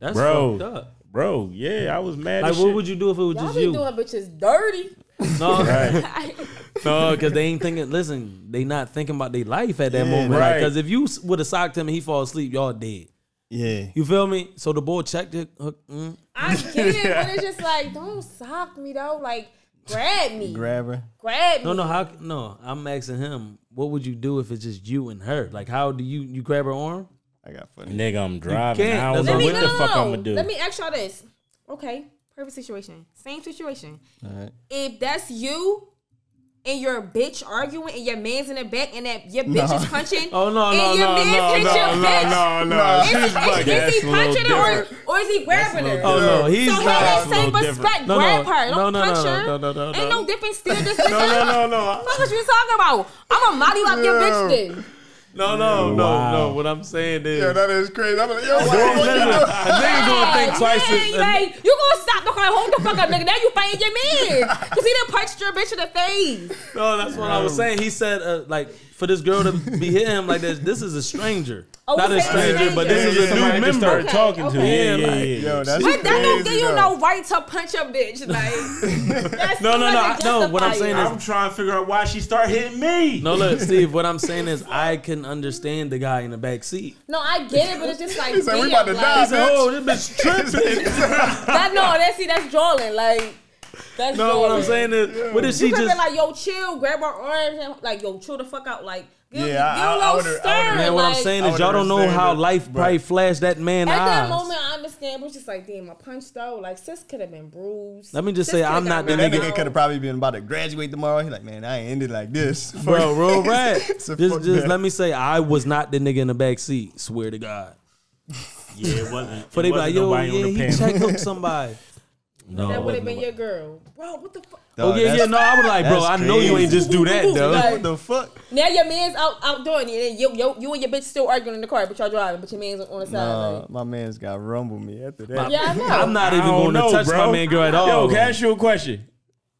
that's Bro. fucked up. Bro, yeah, I was mad. Like, what would you do if it was Y'all just be you? doing bitches dirty. No, Right. no, because they ain't thinking. Listen, they not thinking about their life at that moment. right. Because if you would have socked him and he fall asleep, y'all dead. Yeah. You feel me? So the boy checked it. uh, mm. I get it, but it's just like, don't sock me though. Like, grab me, grab, Grab her. me. No, no, how? No, I'm asking him. What would you do if it's just you and her? Like, how do you you grab her arm? I got funny. Nigga, I'm driving. can't. I don't Let know me what no, the no, fuck no. I'm gonna do. Let me ask y'all this. Okay, perfect situation. Same situation. All right. If that's you and your bitch arguing and your man's in the back and that your bitch is punching. Oh, no, and no, your no, man's no, hit no, your no, bitch. no, Is, is, is he That's a little punching her or, or is he grabbing her? Oh no, he's so not. have that a same little respect. different. No, no, Grab her. no, Don't no, punch no, her. no, no, no, Ain't no. no different still this bitch. No, no, no, no. Fuck what you talking about? I'm a molly up your bitch then. No, no, Wow. no, no. What I'm saying is, that is crazy. I'm like, yo, listen, a nigga gonna think Yeah, twice. yeah, as- like, you gonna stop the car? Hold the fuck up, nigga. Now you fighting your man because he done punched your bitch in the face. no, that's what I was saying. He said, uh, like, for this girl to be hitting him like this, this is a stranger, Oh, not we a saying stranger, but this stranger. is just a new somebody that member started. Okay, talking to. okay. Yeah, yeah, yeah. Yo, that's But that don't crazy, give you though. no right to punch your bitch. Like that's No, no, no, like a I- no, what I'm saying justifier. is- I'm trying to figure out why she started hitting me. No, look, Steve. What I'm saying is, I can understand the guy in the back seat. no, I get it, but it's just like, He's like, we damn, about to like, die, said, "Oh, this bitch That no, that's see, that's drawing. Like that's No, what I'm drawing. saying is, what if she You could have just? been like, yo, chill, grab her arms, and like, yo, chill the fuck out. Like, Yeah, give, give I- a I little would've- I would've- stern. Man, what I'm like, saying I is, would y'all don't know understand how it, life but- probably flashed that man At eyes. that moment, I understand, but it's just like, damn, I punched though. Like, sis could have been bruised. Let me just Sis say, coulda I'm got not the ran That nigga- over. nigga could have probably been about to graduate tomorrow. He like, man, I ain't ended like this. Bro, real rap. So just fuck just that. let me say, I was not the nigga in the back seat. Swear to God. Yeah, it wasn't. But it they be like, wasn't yo, nobody yeah, on the he panel. checked up somebody. No, That it would have wasn't been nobody. your girl, bro. What the fuck? Oh yeah, yeah. No, I would like, bro. I that's know you ain't just do that, though. Like- What the fuck? Now your man's out out doing it, and you, you, you and your bitch still arguing in the car, but y'all driving, but your man's on the side. Uh, like, my man's got rumbled me after that. yeah, I know. I'm not even going to touch my man girl at all. Yo, can I ask you a question?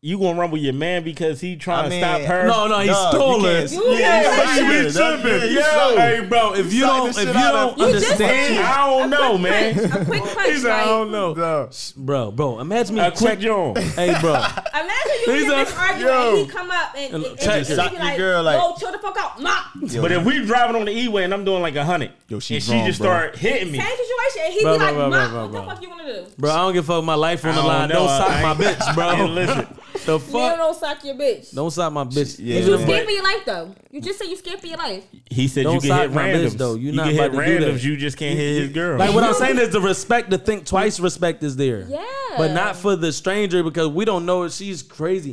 you gonna run with your man because he trying I mean, to stop her? No, no, he Dog, you stole her. can't- Yeah, She you be stole her. tripping. You Yeah, stole her. hey, bro. If Exciting you don't, if shit you out don't of- You just understand, said- Oh, I don't know, man. A quick He punch. said, I like, don't know. Uh, No. bro, bro. Imagine me I quit check. John. Hey, bro. imagine you He's and a- this argument yo. and he come up and, and, and, check and this. Shot be your like, girl, like- yo, chill the fuck out. Mop. Same But if we driving on the E-way and I'm doing like a hundred, Yo, and she she wrong, just bro. start hitting me. situation. And he Bro, be bro, like, bro, mop. bro, what bro. the fuck you gonna do? Bro, I don't give a fuck my life on the I don't line. know, Don't I sock ain't- my bitch, bro. And listen, The You fuck? don't sock your bitch. Don't sock my bitch. Yeah. Even You if- But- scared for your life though. You just said you scared for your life. he said Don't you can sock hit my bitch, randoms. though. You You not can hit about to do that. randoms. You just can't hit his girl. Like what I'm saying is the respect, the think twice respect is there. Yeah. But not for the stranger because we don't know if she's crazy.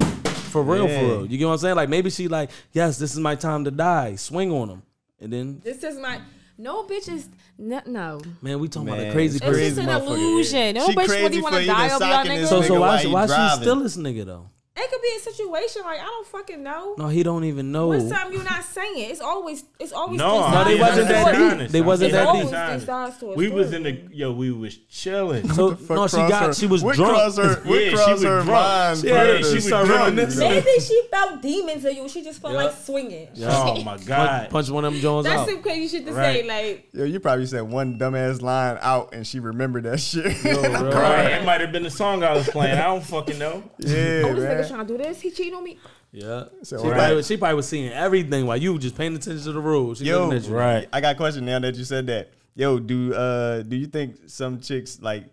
For real, Yeah. for real. You get what I'm saying? Like maybe she like, yes, this is my time to die. Swing on him. And then This is my no bitches. No, no. man, we talking about Man, a crazy it's It's crazy. just an motherfucker. illusion. No She bitch crazy really want for to even die over y'all socking nigga. this So so Nigga, why why she he why she driving? still this nigga though? It could be a situation like I don't fucking know. No, he don't even know. What's something you're not saying? It's always it's always No, three I'm No, they sides being to a wasn't that story. deep. honest. They I'm wasn't being that deep. honest. Always these sides to a We was story. in the yo, we was chilling. So Fuck no, she cross got her- she was what drunk. Cross her, what Yeah, she cross was her drunk. mind. Yeah, further she is was drunk, reminiscing. you know? Maybe she felt demons in you. She just felt Yeah. like swinging. Oh my Punch, god! punch one of them Jones That's out. some crazy shit to Right. say. Like Yo, you probably said one dumbass line out and she remembered that shit. All right, it might have been the song I was playing. I don't fucking know. yeah, oh, this nigga man. trying to do this. He cheating on me. Yeah. So, she, right. probably, was- she probably was seeing everything while you were just paying attention to the rules. She Yo, looking at you. Right. I I got a question now that you said that. Yo, do uh do you think some chicks like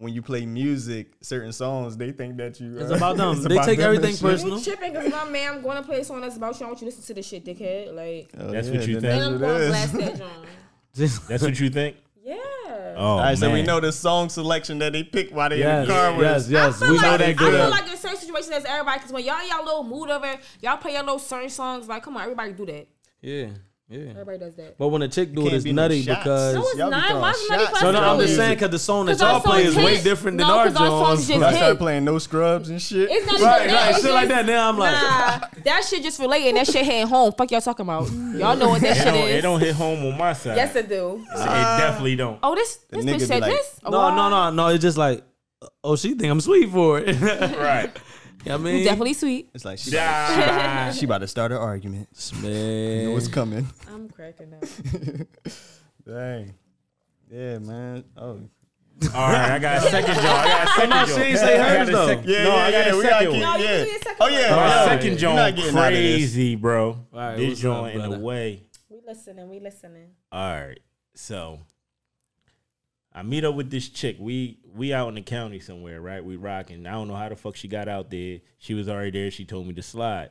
when you play music, certain songs, they think that you uh, It's about them. it's they about take them everything and shit? personal. You tripping because my man, I'm going to play a song that's about you. I want you to listen to this shit, dickhead. Like, Oh, That's yeah, what you then that's what think. and I'm going it to is. blast that John. That's what you think? Yeah. Oh All right, so we man. know the song selection that they pick while they Yes, in the car with yes, us. yes. I feel We know like, that I feel good. like in certain situations, that's everybody. Because when y'all in y'all little mood over, y'all play your little certain songs. Like, come on, everybody do that. Yeah, yeah. Everybody does that. But when a chick do it, Can't it's be no nutty shots. because. No, it's Y'all be not. throwing Why is nobody shots. No, no, I'm Y'all just be- saying because the song that 'Cause our y'all play songs is way hit. different than No, our 'cause our songs songs. just I Right, hit. started playing no scrubs and shit. It's not even that. right, It's Oh, shit like just- that. Now I'm like, Nah, that shit just relating. That shit hitting home. Fuck y'all talking about. Y'all know what that It shit don't, it is. don't hit home on my side. Yes, it do. it definitely don't. Oh, this this nigga bitch be said like, this. Oh, no, no, wow. no, no. It's just like, oh, she think I'm sweet for it. Right. I mean, You definitely sweet. It's like she about, Yeah. she about to start her argument. Man, Know it's coming. I'm cracking up. Dang. Yeah, man. Oh. All right, I got a second John. I got a second no, John. she ain't say I got hers a though. second- no, I got a we gotta second keep- one. No, you yeah. need a second Oh one. yeah. My yeah. second You're not John getting out of this. crazy, bro. right, this what's up, John in the brother? way. We listening. We listening. All right. So I meet up with this chick. We we out in the county somewhere, right? We rocking. I don't know how the fuck she got out there. She was already there. She told me to slide.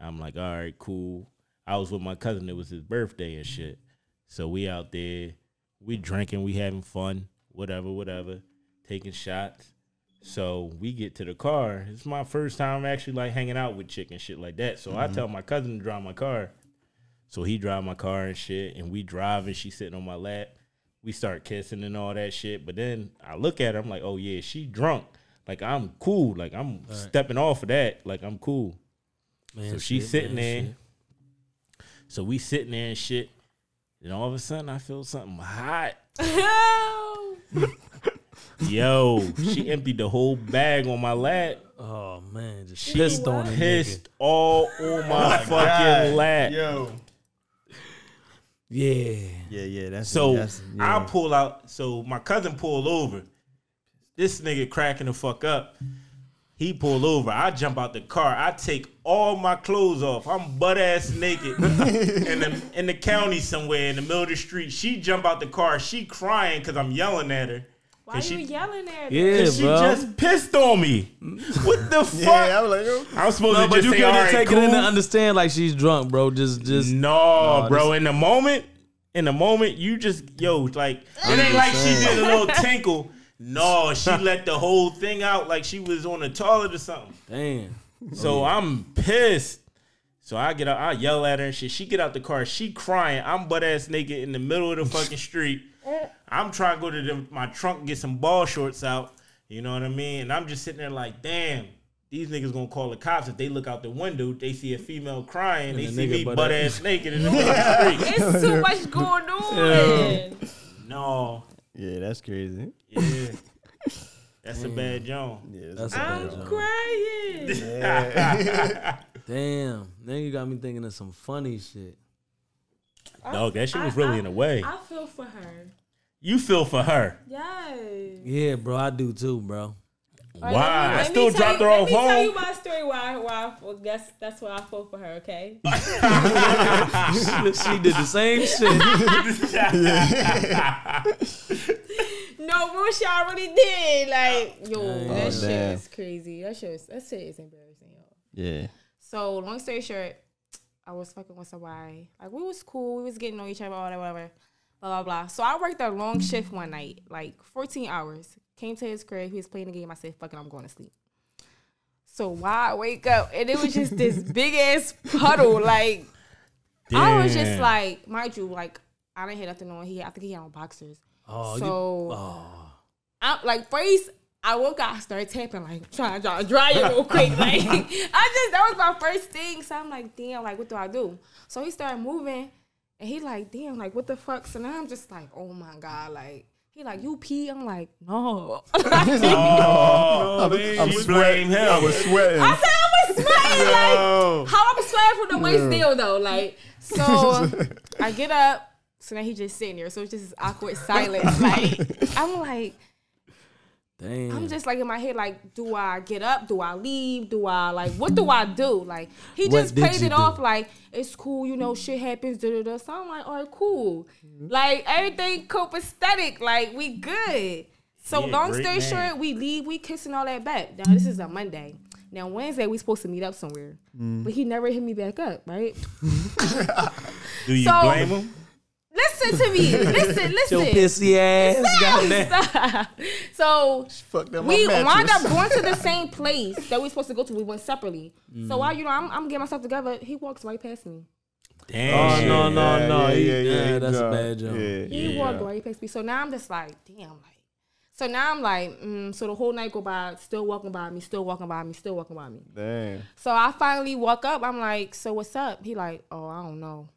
I'm like, all right, cool. I was with my cousin. It was his birthday and shit. So we out there. We drinking. We having fun. Whatever, whatever. Taking shots. So we get to the car. It's my first time actually like hanging out with chick and shit like that. So I tell my cousin to drive my car. So he drive my car and shit, and we driving. She sitting on my lap. We start kissing and all that shit. But then I look at her. I'm like, oh yeah, she drunk. Like I'm cool. Like I'm stepping off of that. Like I'm cool. Man, So she's shit, sitting man, there. shit. So we sitting there and shit. And all of a sudden, I feel something hot. Yo, she emptied the whole bag on my lap. Oh man, just pissed on it. nigga. Oh Pissed all on my fucking lap. Yo. Yeah. Yeah, yeah. That's So that's- I pull out. So my cousin pulled over. This nigga cracking the fuck up. He pulled over. I jump out the car. I take all my clothes off. I'm butt ass naked in the in the county somewhere in the middle of the street. She jump out the car. She crying because I'm yelling at her. Why you Cause she- yelling at her? Yeah, Cause she bro. just pissed on me. What the fuck? Yeah, I was like, oh. yo. I'm supposed no, to but just you say, all couldn't right, take cool. Mm. it in and understand like she's drunk, bro. Just, just No, Nah, bro. In the moment, in the moment, you just yo like it ain't like she did a little tinkle. No, she let the whole thing out like she was on a toilet or something. damn. Oh, So I'm pissed. So I get out, I yell at her and shit. She get out the car, she crying. I'm butt ass naked in the middle of the fucking street. I'm trying to go to the, my trunk get some ball shorts out. You know what I mean? And I'm just sitting there like, damn, these niggas gonna call the cops if they look out the window. They see a female crying. they the see nigga me butt butt ass- ass naked in the middle of the street. It's too much going on. No, yeah, that's crazy. yeah. That's a bad John. Yeah, That's a I'm bad John. crying. Damn. Now you got me thinking of some funny shit. Dog, that shit was really in the way. I feel for her. You feel for her. Yes. Yeah, bro, I do too, bro. All Why? right, let I let still tell dropped you- her off Let me tell home. you my story. Why? Why? I- Well, that's that's why I feel for her. Okay. she, she did the same shit. no, what she already did. Like, yo, that shit damn. is crazy. That shit. Is, that shit is embarrassing, yo. Yeah. So long story short, I was fucking with somebody. Like we was cool. We was getting to know each other, whatever, whatever. Blah blah blah. So I worked a long shift one night, like 14 hours. Came to his crib, he was playing the game. I said, fuck it, I'm going to sleep. So why I wake up and it was just this big ass puddle. Like I was just Damn. like, mind you, like I didn't hear nothing on he I think he had on boxers. Oh, so you, I like first I woke up, I started tapping, like trying to dry it real quick. Like I just that was my first thing. So I'm like, damn, like what do I do? So he started moving and he like, damn, like what the fuck? So now I'm just like, oh my God, like he like you pee. I'm like, no. Oh, I'm she sweating. blamed him. I was sweating. I said I was sweating. No. Like how I'm sweating from the waist deal though. Like so, I get up. So now he just sitting there. So it's just this awkward silence. Like I'm like, damn. I'm just like in my head, like, do I get up? Do I leave? Do I like what do I do? Like he What just did played you it do? off like it's cool, you know, shit happens, da da da. So I'm like, all right, cool. Mm-hmm. Like everything copacetic, like we good. So Yeah, long great story man. short, we leave, we kissing all that back. Now this is a Monday. Now Wednesday we supposed to meet up somewhere. Mm-hmm. But he never hit me back up, right? Do you So- blame him? Listen to me. listen, your listen. pissy ass. Goddamn. So Fucked up my we wound up mattress. going to the same place that we were supposed to go to. We went separately. So Mm. while you know I'm, I'm getting myself together, he walks right past me. Oh, Damn. no, no, no. Yeah, He- yeah, yeah, yeah, he that's a drunk. bad joke. Yeah. He walked right past me. So now I'm just like, damn, like. So now I'm like, mm, so the whole night go by, still walking by me, still walking by me, still walking by me. Damn. So I finally walk up. I'm like, so what's up? He like, oh, I don't know.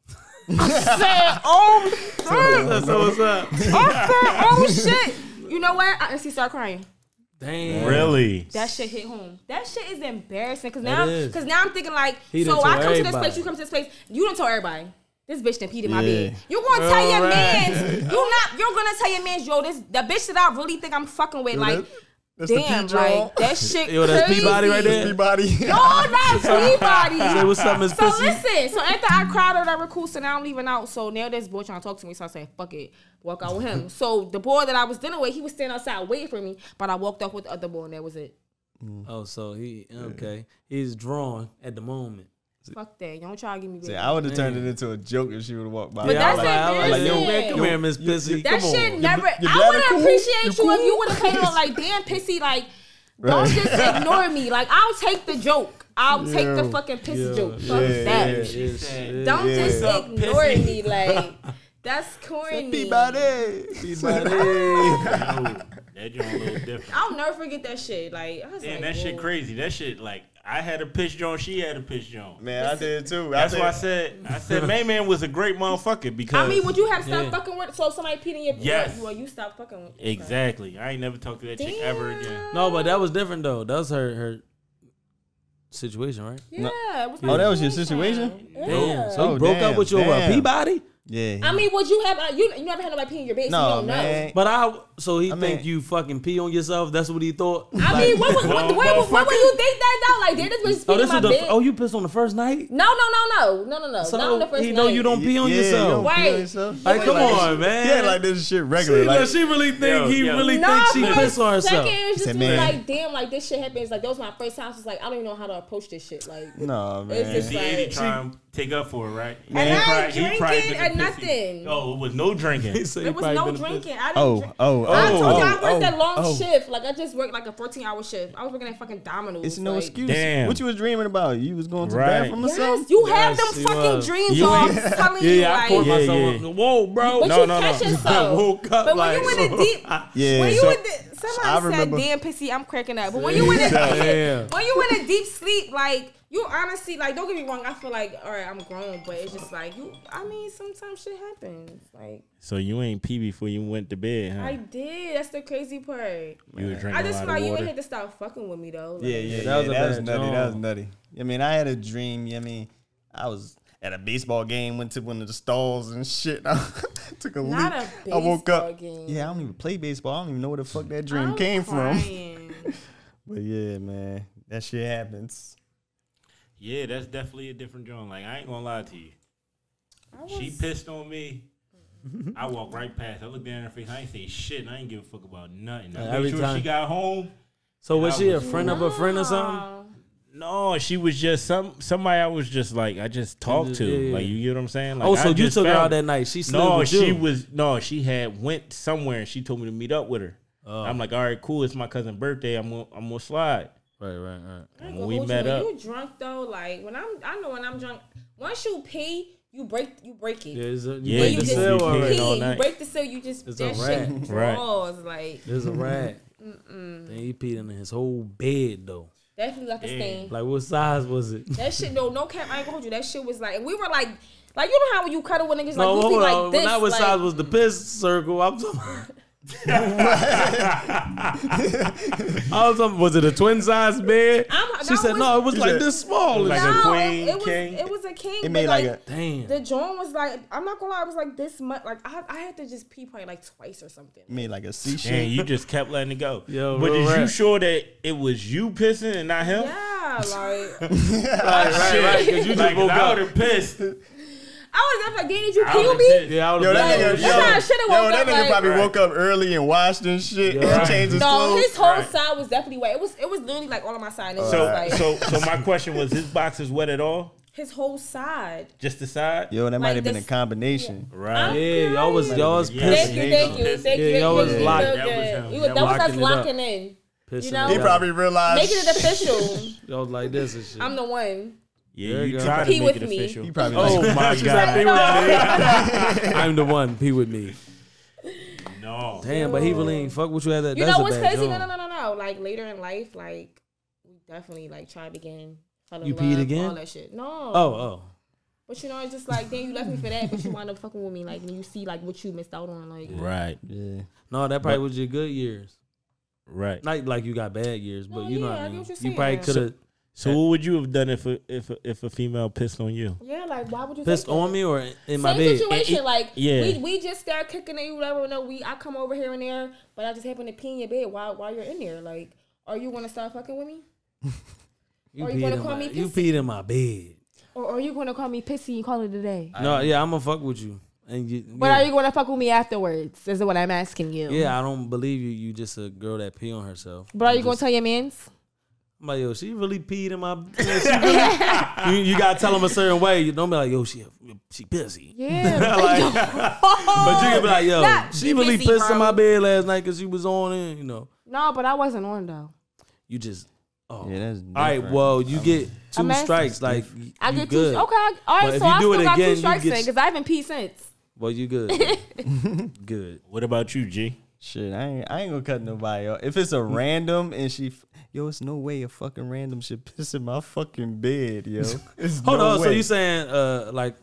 I said, oh, shit. So what's up? I said, oh shit. You know what? I, and she started crying. Damn. Really? That shit hit home. That shit is embarrassing because now, is. because now I'm thinking like, He done so I told come to this everybody. place, you come to this place, you don't tell everybody. This bitch done peed in my Yeah. bed. You're gonna tell your mans. You not. You're gonna tell your mans, yo, this the bitch that I really think I'm fucking with. Like, That's damn, the P-John. like that shit. Yo, that's crazy. Peabody right there? Peabody. No, that's Peabody. Say what's up, Miss So Pissy. listen, so after I cried or whatever, cool. So now I'm leaving out. So now this boy trying to talk to me. So I said, fuck it. Walk out with him. so the boy that I was dealing with, he was standing outside waiting for me, but I walked up with the other boy and that was it. Oh, so he okay. He's drawn at the moment. Fuck that. Don't try to give me back. See, I would have turned it into a joke if she would have walked by. But I that's was like, I was like, yo, embarrassing. man, come here, Miss Pissy. That come on. shit never. you I glad would I'm cool? appreciate You you if cool? you would have came on like, damn, pissy, like, don't just ignore me. Like, I'll take the joke. I'll take the Yeah. fucking pissy joke. Fuck Yeah, that. Yeah, yeah, shit. Don't Yeah. just What's up, ignore pissy? me. Like, that's corny. Peabody. no, that joint a little different. I'll never forget that shit. Like, I was Damn, like, that shit whoa. crazy. That shit like I had a pitch joint. She had a pitch joint. Man, I did too. That's I why I said I said Mayman was a great motherfucker because I mean, would you have stopped Yeah. fucking with? So if somebody peed in your Yes. well, you stopped fucking with. exactly. I ain't never talked to that chick ever again. No, but that was different though. That was her her situation, right? Yeah. it was my Oh, that was your situation? Yeah. Damn. So he Oh, broke up damn, with your uh, damn. Peabody? Yeah. I mean, would you have? Uh, you you never had nobody pee in your bed, so you no, don't know. man. But I so he I think mean- you fucking pee on yourself. That's what he thought. I mean, what, what, Well, what, what, what would you think that now? Like, damn, this bitch is oh, peeing in this my was the bed. oh you pissed on the first night. No, no, no, no, no, no, no. So Not on the first he know night. you don't pee on yeah, yourself. Yo, Why? feel yourself. Like, come on, man. Yeah, like this shit she, regular. Like, she really think Yo, he yo. really No, thinks she for pissed on a herself. second, it was Said, just "Man." like, damn, like this shit happens. Like that was my first time. So it's like I don't even know how to approach this shit. Like, No, it's man. just See, Eddie like, trying to take up for it, right? and He I probably- ain't he probably drinking took a or pissy. nothing. Oh, it was no drinking. So he There was probably no been a piss- drinking. I didn't Oh, drink. oh, I told oh, you I worked oh, that long oh. shift. Like I just worked like a 14 hour shift. I was working at fucking Domino's. It's no like, excuse. Damn. What you was dreaming about? You was going to Right. the bathroom or Yes, something? you Yes, have them she fucking was. dreams, You y'all. ain't- I'm telling Yeah, you, yeah, I caught like, Yeah, myself. yeah. up. Whoa, bro. but No, you no, catch no. I yourself. woke up But when like you in the deep, Yeah. when you so- in the, somebody I said, remember- "Damn, pissy, I'm cracking up." But when you in a Damn. when you in a deep sleep, like You honestly like don't get me wrong. I feel like all right, I'm grown, but it's just like you. I mean, sometimes shit happens. Like So you ain't pee before you went to bed, huh? I did. That's the crazy part. you were drinking I just a lot feel of like you ain't water. had to stop fucking with me though. Like, Yeah, yeah, that was a yeah, that was bad nutty. That was joke. nutty. I mean, I had a dream. You know what I mean, I was at a baseball game, went to one of the stalls and shit. I took a Not leak. a I woke up. baseball game. Yeah, I don't even play baseball. I don't even know where the fuck that dream I'm came from. crying. But yeah, man, that shit happens. Yeah, that's definitely a different joint. Like I ain't gonna lie to you. I was, She pissed on me. I walked right past. I looked down in her face. I ain't say shit. And I ain't give a fuck about nothing. I Like, made every sure time- she got home. So was I she a was- friend of a friend or something? Oh, No, she was just some somebody. I was just like I just talked to. Yeah, yeah, yeah. Like you get what I'm saying? Like, Oh, so I you just took her found- out that night. She slept No, with she you. was no. She had went somewhere and she told me to meet up with her. Oh. I'm like, all right, cool. It's my cousin's birthday. I'm gonna, I'm gonna slide. right, right, right. I ain't When gonna we hold met you. up- When you drunk though, like when I'm, I know when I'm drunk. Once you pee, you break, you break it. Yeah, it's a, you Yeah, break you the just seal be already. peeing all Pee, you night. break the seal, you just It's a that rat. shit Right. draws like There's a rat. Then he peed in his whole bed though. definitely like a stain. Like what size was it? That shit, no, no cap. I ain't gonna hold you. That shit was like, and we were like, like you know how when you cuddle with niggas, no, like you hold be on. like this, Not what like, size was the piss circle. I'm talking. I was talking, was it a twin size bed? I'm- she that said was- no, it was You like said- this small. Like a no, queen, it was, king. It was a king. It but made like, like, a. Damn. the joint was like, I'm not gonna lie, it was like this much. Like I, I had to just pee probably like twice or something. It made like a sea Damn, shape. you just kept letting it go. Yo, but real is you rap. sure that it was you pissing and not him? Yeah, like right, right, right. 'cause you Like, just if woke I up. would've pissed. I was I'm like, damn, did you I pee would've with me? pissed. Yeah, I would Yo, have that been. nigga, That's yo, how I shoulda yo, woke that up, nigga like- probably Right. woke up early and washed and shit Yeah. and changed his No, clothes. his whole Right. side was definitely wet. It was, it was literally like all on my side. It was So, like so, so my question was: His box is wet at all? his whole side. Just the side? Yo, that Like might have been a this- combination. Right. Yeah, y'all was y'all was Yeah. Thank you, pissing. thank you, thank you. Yeah, y'all was Thank you. locked- So that was good. him. You was- That that was us locking it up. locking in, Pissing You know? it He up. probably realized. making it official. y'all was like this and shit. I'm the one. Yeah, There you you go. tried Pee to make it with me. official. He probably Oh like, my god, Pee I'm the one. Pee with me. No. Damn, but he really ain't fuck with you at that. You That's know a what's bad crazy? No, joint. no, no, no, no. Like later in life, like we definitely like tried again. fell in You peed love, again? All that shit. No. Oh, oh. But you know, it's just like then you left me for that, but you wind up fucking with me. Like when you see like what you missed out on, like Right. yeah. No, that probably was your good years. Right. Not like you got bad years, but No, you know yeah, what I I mean. get what you're you probably saying. could have So, what would you have done if a, if a, if a female pissed on you? yeah, like why would you pissed take that? on me or in in my Same bed. situation, like yeah. we, we just start kicking at you, whatever. No, we I come over here and there, but I just happen to pee in your bed while while you're in there. Like, are you want to start fucking with me, You Or you peed wanna in call my, me you pissy? peed in my bed. or are you going to call me pissy and call it a day? No, yeah, I'm gonna fuck with you. And you, But yeah, are you going to fuck with me afterwards? Is what I'm asking you. Yeah, I don't believe you. You just a girl that pee on herself. Um, But are you going just- to tell your mans? I'm like, yo, she really peed in my. she really- you, you gotta tell them a certain way. You don't be like, yo, she she pissy. Yeah. Like- But you can be like, yo, Not she really pissy, pissed in bro. my bed last night because she was on it. You know, no, but I wasn't on though. you just. Oh, Yeah, that's all right. different. Well, you get 2 I'm asking- strikes. Like you I get good. two. Okay, I- all right. But if so you I do still it got again, two you strikes get- then because I haven't peed since. Well, you good. good. What about you, G? Shit, I ain't, I ain't gonna cut nobody off. If it's a Mm. random and she, f- yo, it's no way a fucking random should piss in my fucking bed, yo. It's Hold no on. So way. you saying uh like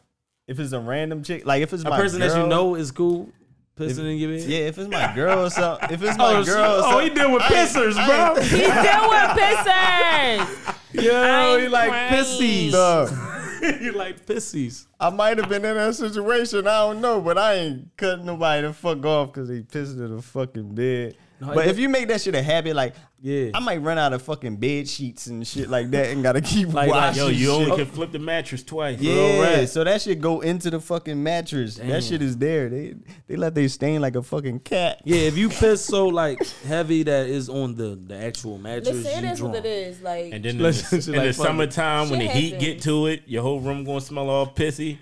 if it's a random chick, like if it's a my person that you girl- know is cool pissing in your bed? yeah, if it's my girl or something, if it's my girl, Oh, she- or oh, he something, deal with pissers, bro. He's still with pissers. Yo, I'm he like crying. pissies. dog, he like pissies. I might have been in that situation. I don't know, but I ain't cutting nobody the fuck off because they pissing in the fucking bed. No, but it- if you make that shit a habit, like Yeah. I might run out of fucking bed sheets and shit like that, and gotta keep Like- like, washing. Yo, Oh, you shit. only can flip the mattress twice. Yeah, rat. so that shit go into the fucking mattress. Damn. That shit is there. They they let they stain like a fucking cat. yeah, if you piss so like heavy that is on the the actual mattress, Listen, you it is drunk. what it is. Like And then in Let's- the, in like, the fuck it. summertime, when the Shit heat happens. get to it, your whole room gonna smell all pissy.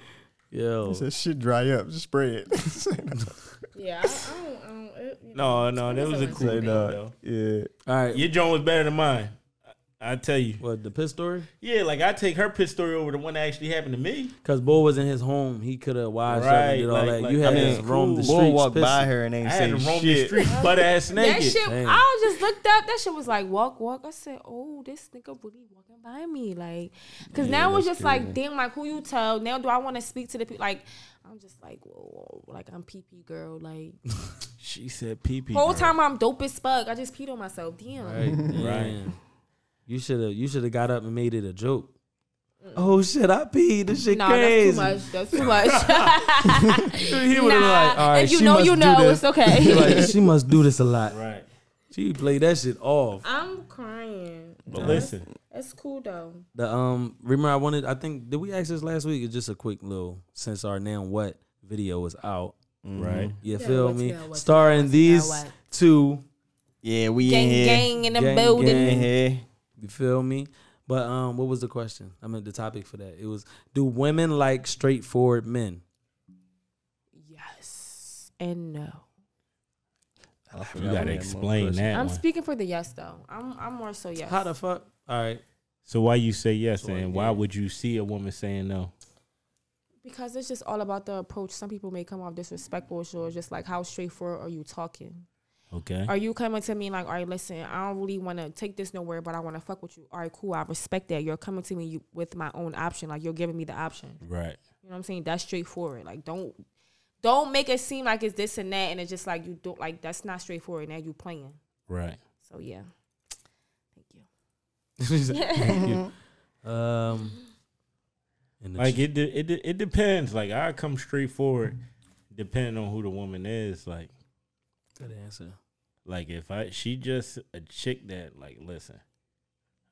Yo, That shit dry up, spray it. yeah, I, I don't. I don't it, you know. No, no, that was a cool Say thing, no. though. Yeah, all right. Your joint was better than mine. I, I tell you. What the piss story? Yeah, like I take her piss story over the one that actually happened to me. Because boy was in his home, he could have washed up Right, and did all like- that. like- you I had mean, to roam cool. the streets. Bull walked by pissing. her and ain't I had to say roam the shit. street butt ass That naked. shit, Damn. I just looked up. That shit was like walk, walk. I said, oh, this nigga really walking by me, like, cause now it's just like, damn, like who you tell? Now do I want to speak to the people? Like, I'm just like, whoa, whoa, like I'm pee pee girl. Like She said pee pee. Whole whole time I'm dope as fuck. I just peed on myself. Damn. Right. Damn. You should have. You should have got up and made it a joke. Oh shit! I peed. This shit No, crazy. Mm. that's too much. That's too much. He would've been like, "All right, if you she know, must you do know. this." It's okay. Like, she must do this a lot. Right. She played that shit off. I'm crying. But listen, It's cool though. The um, remember I wanted. I think did we ask this last week? It's just a quick little since our now what video is out. right. You feel what's me? now what? Starring What's now these what? two. Yeah, we Gang, in here. gang in the Gang, building. gang. In here. You feel me? But um, what was the question? I mean, the topic for that. It was: Do women like straightforward men? Yes and no. You gotta explain that I'm one. speaking for the yes though. I'm I'm more so yes. How the fuck? All right. So why you say yes and why yeah. would you see a woman saying no? because it's just all about the approach. Some people may come off disrespectful, so it's just like how straightforward are you talking? Okay. Are you coming to me like, all right, listen, I don't really want to take this nowhere, but I want to fuck with you. All right, cool, I respect that. You're coming to me you, with my own option, like you're giving me the option. Right. You know what I'm saying? That's straightforward. Like don't don't make it seem like it's this and that, and it's just like you don't like that's not straightforward. Now you playing. Right. So yeah, thank you. She's like, "Thank you." Um, and the Like ch- it de- it de- it depends. Like I come straightforward depending on who the woman is. Like good answer. like if I she just a chick that like listen,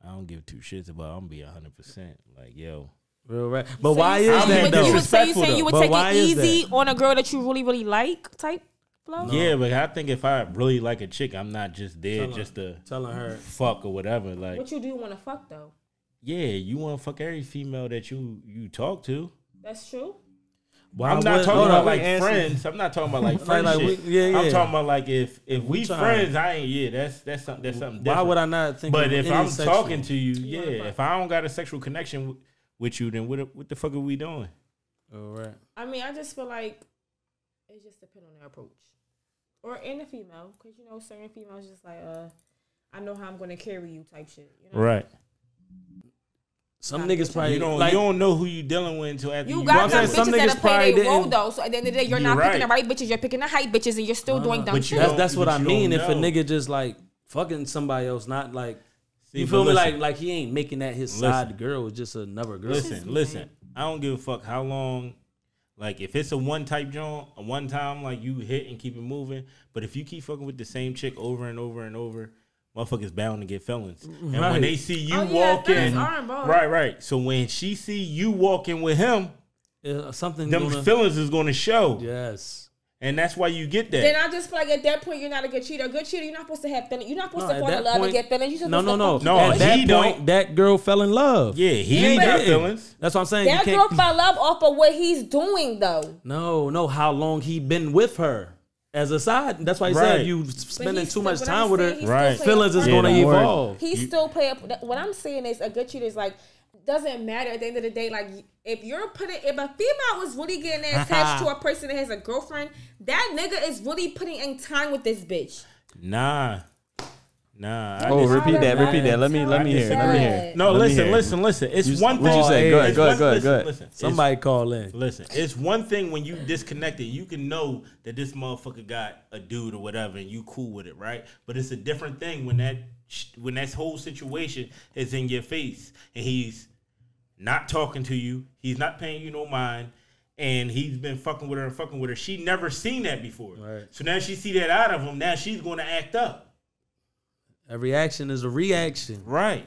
I don't give two shits about I'm gonna be hundred percent. Like, yo. Real right. But So why you is saying I'm you would- that though? You would though? say you Respectful, saying you though. would But take why it is easy on a girl that you really really like type flow. Um, Yeah, but I think if I really like a chick, I'm not just there just to Telling her fuck or whatever. Like But you do want to fuck though. Yeah, you want to fuck every female that you you talk to. That's true. why I'm not would- talking hold about on, like wait, answer. friends. I'm not talking about like Like- friends. like we- yeah, yeah. I'm talking about like if if we, tryna- friends, I ain't. Yeah, that's that's something that's something. Why different. would I not think? But of if any I'm sexual- talking to you, yeah. If I don't got a sexual connection w- with you, then what what the fuck are we doing? All right. I mean, I just feel like it just depends on their approach, or in the female, because you know certain females just like uh, I know how I'm gonna carry you type shit. You know? Some niggas probably you don't like. you don't know who you dealing with until after you, You got Well, some I'm saying bitches some niggas that play probably their role didn't- though. So at the end of the day, you're You're not picking the right. right bitches. You're picking the hype bitches, and you're still doing dumb But you shit. that's don't- that's what but I you mean. don't If a know. nigga just like fucking somebody else, not like See, you but feel me, listen, like like he ain't making that his Listen. side girl. It's just another girl. listen, listen. I don't give a fuck how long. Like if it's a one type joint, a one time like you hit and keep it moving. But if you keep fucking with the same chick over and over and over, motherfuckers bound to get felons. And Right. when they see you Oh, yeah, walking, felons are involved. right, right. So when she see you walking with him, Uh, something them gonna, feelings is going to show, yes. and that's why you get that. Then I just feel like at that point you're not a good cheater. A good cheater, you're not supposed to have feelings. You're not supposed to at fall that in love point- and get feelings. You're supposed No, to no, no. fuck No, your At bitch. he that point, don't. that girl fell in love. yeah, he ain't got did. feelings. That's what I'm saying. That you girl can't, fell off off of what he's doing though. No, no. How long he been with her as a side? That's why he Right. said you he's spending too still- much what time I'm with saying, her. he's Right. still playing Feelings is a gonna part. don't worry. evolve. He still play up. What I'm saying is, a good cheater is like doesn't matter at the end of the day. Like if you're putting, if a female was really getting attached to a person that has a girlfriend, that nigga is really putting in time with this bitch. Nah, nah. I Oh, just- repeat that. Right. Repeat that. Let me. Let me hear. it, Let me hear. it. no, Let me listen, hear it. listen, listen. It's You s- one what thing. you say? Go ahead, It's go ahead, one- go ahead, listen, go ahead. listen. It's- Somebody call in. Listen, it's one thing when you disconnected, you can know that this motherfucker got a dude or whatever, and you cool with it, right? But it's a different thing when that sh- when that whole situation is in your face, and he's not talking to you, he's not paying you no mind, and he's been fucking with her and fucking with her. She never seen that before, Right. so now she see that out of him. Now she's going to act up, A reaction is a reaction. right?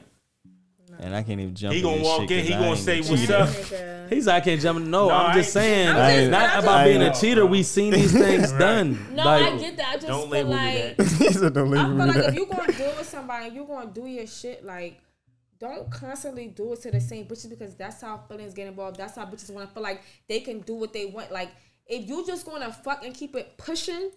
And I can't even jump. he gonna this walk shit in, 'cause he I gonna ain't say a what's cheater. up. He's like, I can't jump. No, No, I I'm just ain't- saying, I'm just- not I just- about being I a ain't- cheater. We seen these things Right. done. No, like, I get that. I just Don't feel label me like that. He said, "Don't leave I feel me with like that." if you're gonna deal with somebody, and you're gonna do your shit like. Don't constantly do it to the same bitches because that's how feelings get involved. That's how bitches want to feel like they can do what they want. Like if you just gonna fuck and keep it pushing,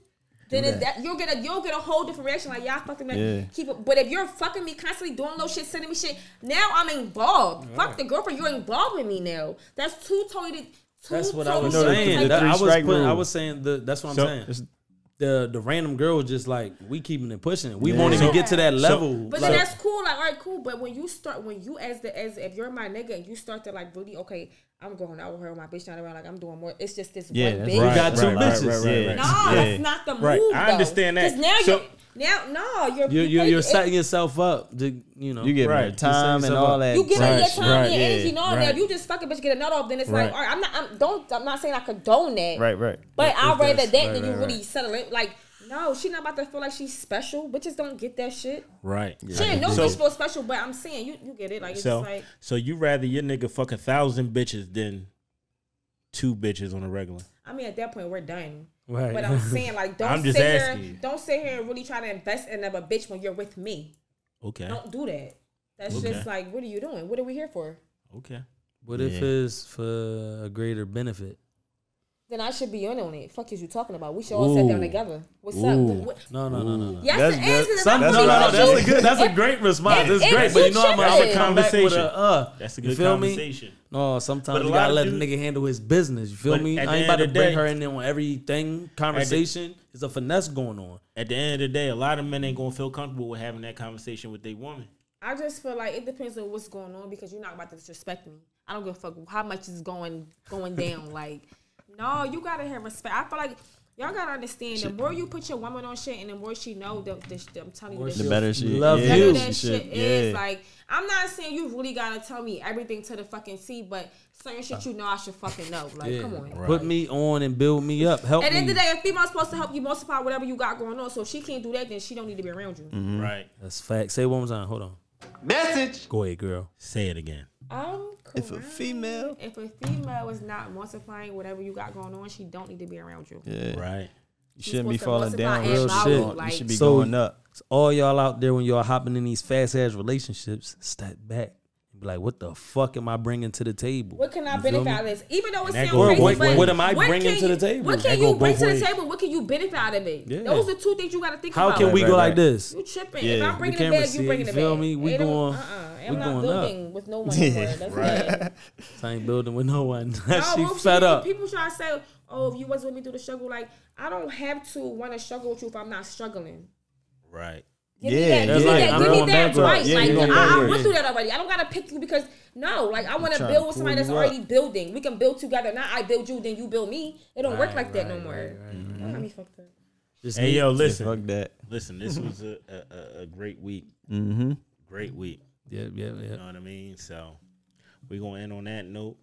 then it's that you'll get a you'll get a whole different reaction. Like y'all fucking me, Yeah. keep it. But if you're fucking me constantly doing no shit, sending me shit, now I'm involved. Fuck the girlfriend, you're involved with me now. That's two totally. Two That's what I totally was different saying. types That- of- I was three-strike putting, I rule. was saying the. That's what I'm So- saying. The the random girl was just like we keeping it pushing. We Yeah. won't even So- get to that level. But like, then that's cool. Like, all right, cool. But when you start, when you as the as if you're my nigga and you start to like really, okay, I'm going out with her, my bitch not around, like I'm doing more. It's just this Yeah, one that's bitch. right. you got two Right, right, bitches. right, right, right. No, Yeah. that's not the move. Right. I though. understand that. 'Cause Now So- you now no, you're you're you're, you- you're it- setting yourself up. To, you know, You get Right. more time and all that. You give Right. her your time right, and your yeah, energy and all that. right. If you just fucking bitch get a nut off, then it's Right. like, all right, I'm not. I'm don't. I'm not saying I condone that. Right, right. But I'd rather that's- that than you really settle it. Like, no, she not about to feel like she's special. Bitches don't get that shit. Right. She ain't no So- bitch feel special. But I'm saying you you get it. Like it's So, just like. so you rather your nigga fuck a thousand bitches than two bitches on a regular? I mean, at that point, we're done. Right. But I'm saying, like, don't I'm sit just here, asking you. don't sit here and really try to invest in another bitch when you're with me. Okay. Don't do that. That's Okay. just like, what are you doing? What are we here for? Okay. What if it's for a greater benefit? Then I should be in on it. Fuck is you talking about? We should all sit down Ooh. together. What's Ooh. up? What, No, no, no, no, no. yes, That's it good. is. and Some, no, I'm no, not no. gonna That's a judge good. That's a If- great response. if- That's great. if But you you know, I'm tripping. gonna come back with a uh. That's a You good feel me? conversation. No, But sometimes a you lot gotta of let dudes- a nigga handle his business. You feel But me? at I the ain't about end to of the bring day- her in there on everything. Conversation It's a finesse going on. At the end of the day, a lot of men ain't gonna feel comfortable with having that conversation with their woman. I just feel like it depends on what's going on because you're not about to disrespect me. I don't give a fuck how much is going going down. Like, no, you gotta have respect. I feel like y'all gotta understand the more you put your woman on shit and the more she know, the, the, the, I'm telling you, the, The better she Love yeah, better you. that she shit should- is. yeah. Like, I'm not saying you really gotta tell me everything to the fucking T, but certain shit you know I should fucking know. Like, Yeah. come on. Put me on and build me up. Help At the end me. of the day, a female's supposed to help you multiply whatever you got going on. So if she can't do that, then she don't need to be around you. Mm-hmm. Right. That's fact. Say it one more time. Hold on. Message. Go ahead, girl. Say it again. Um, If a correct. female- if a female is not multiplying whatever you got going on, she don't need to be around you. Yeah. Right. You shouldn't be supposed to falling multiply down. and Real multiply, shit. like- you should be So- going up. So all y'all out there when y'all hopping in these fast ass relationships, step back and be like, what the fuck am I bringing to the table? What can I You feel benefit me? out of this? Even though that it sounds go crazy, both but ways. What am I can bringing to you- the table? What That can go you bring both to the ways. table? What can you benefit out of it? Yeah. Those are two things you got to think How about. can we Right, go right, like right. this? You tripping? Yeah. If I'm The bringing it camera back, see it, you bringing you it back. feel me? We It don't- going- Uh-uh. we I'm not going up. building with no one. Yeah, anymore. That's it. So I ain't building with no one. No, she most fed people, up. People try to say, "Oh, if you wasn't with me through the struggle, like I don't have to want to struggle with you if I'm not struggling." Right. Give Yeah, me that, that's give like, me I'm that, give going me that backwards. right. Yeah, like you're going I, I backwards. went through that already. I don't gotta pick you because no, like I want to trying to build with somebody pull that's you up. already building. We can build together. Not I build you, then you build me. It don't work like that no more. Don't got me fucked up. Just Hey need- yo, Yeah, listen, fuck that. listen. This was a, a- a, a great week. Mm-hmm. Great week. Yeah, yeah, yeah. You know what I mean? So we gonna end on that note.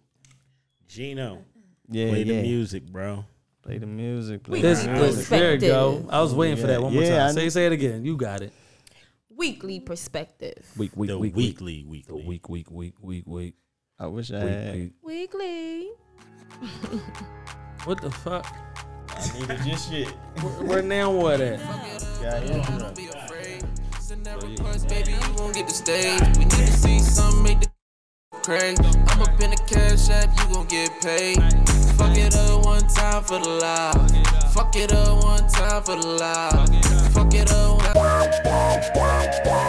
Gino, Yeah, play yeah. the music, bro. Play the music. Play This, the this- music. there you go. perspective. I was waiting for that one more Yeah, time. I Say knew- say it again. You got it. Weekly perspective. Week, week, The week, week, weekly, The weekly. week, week, week, week, week, I wish I week, had. week. Weekly. What the fuck? I needed your shit. Where, where now? What at? Yeah, yeah. baby, you won't get the stage. We need to see something make the crazy. I'm up in the cash app, you gon' get paid. Fuck it up one time for the loud. Fuck it up one time for the loud. Fuck it up. One-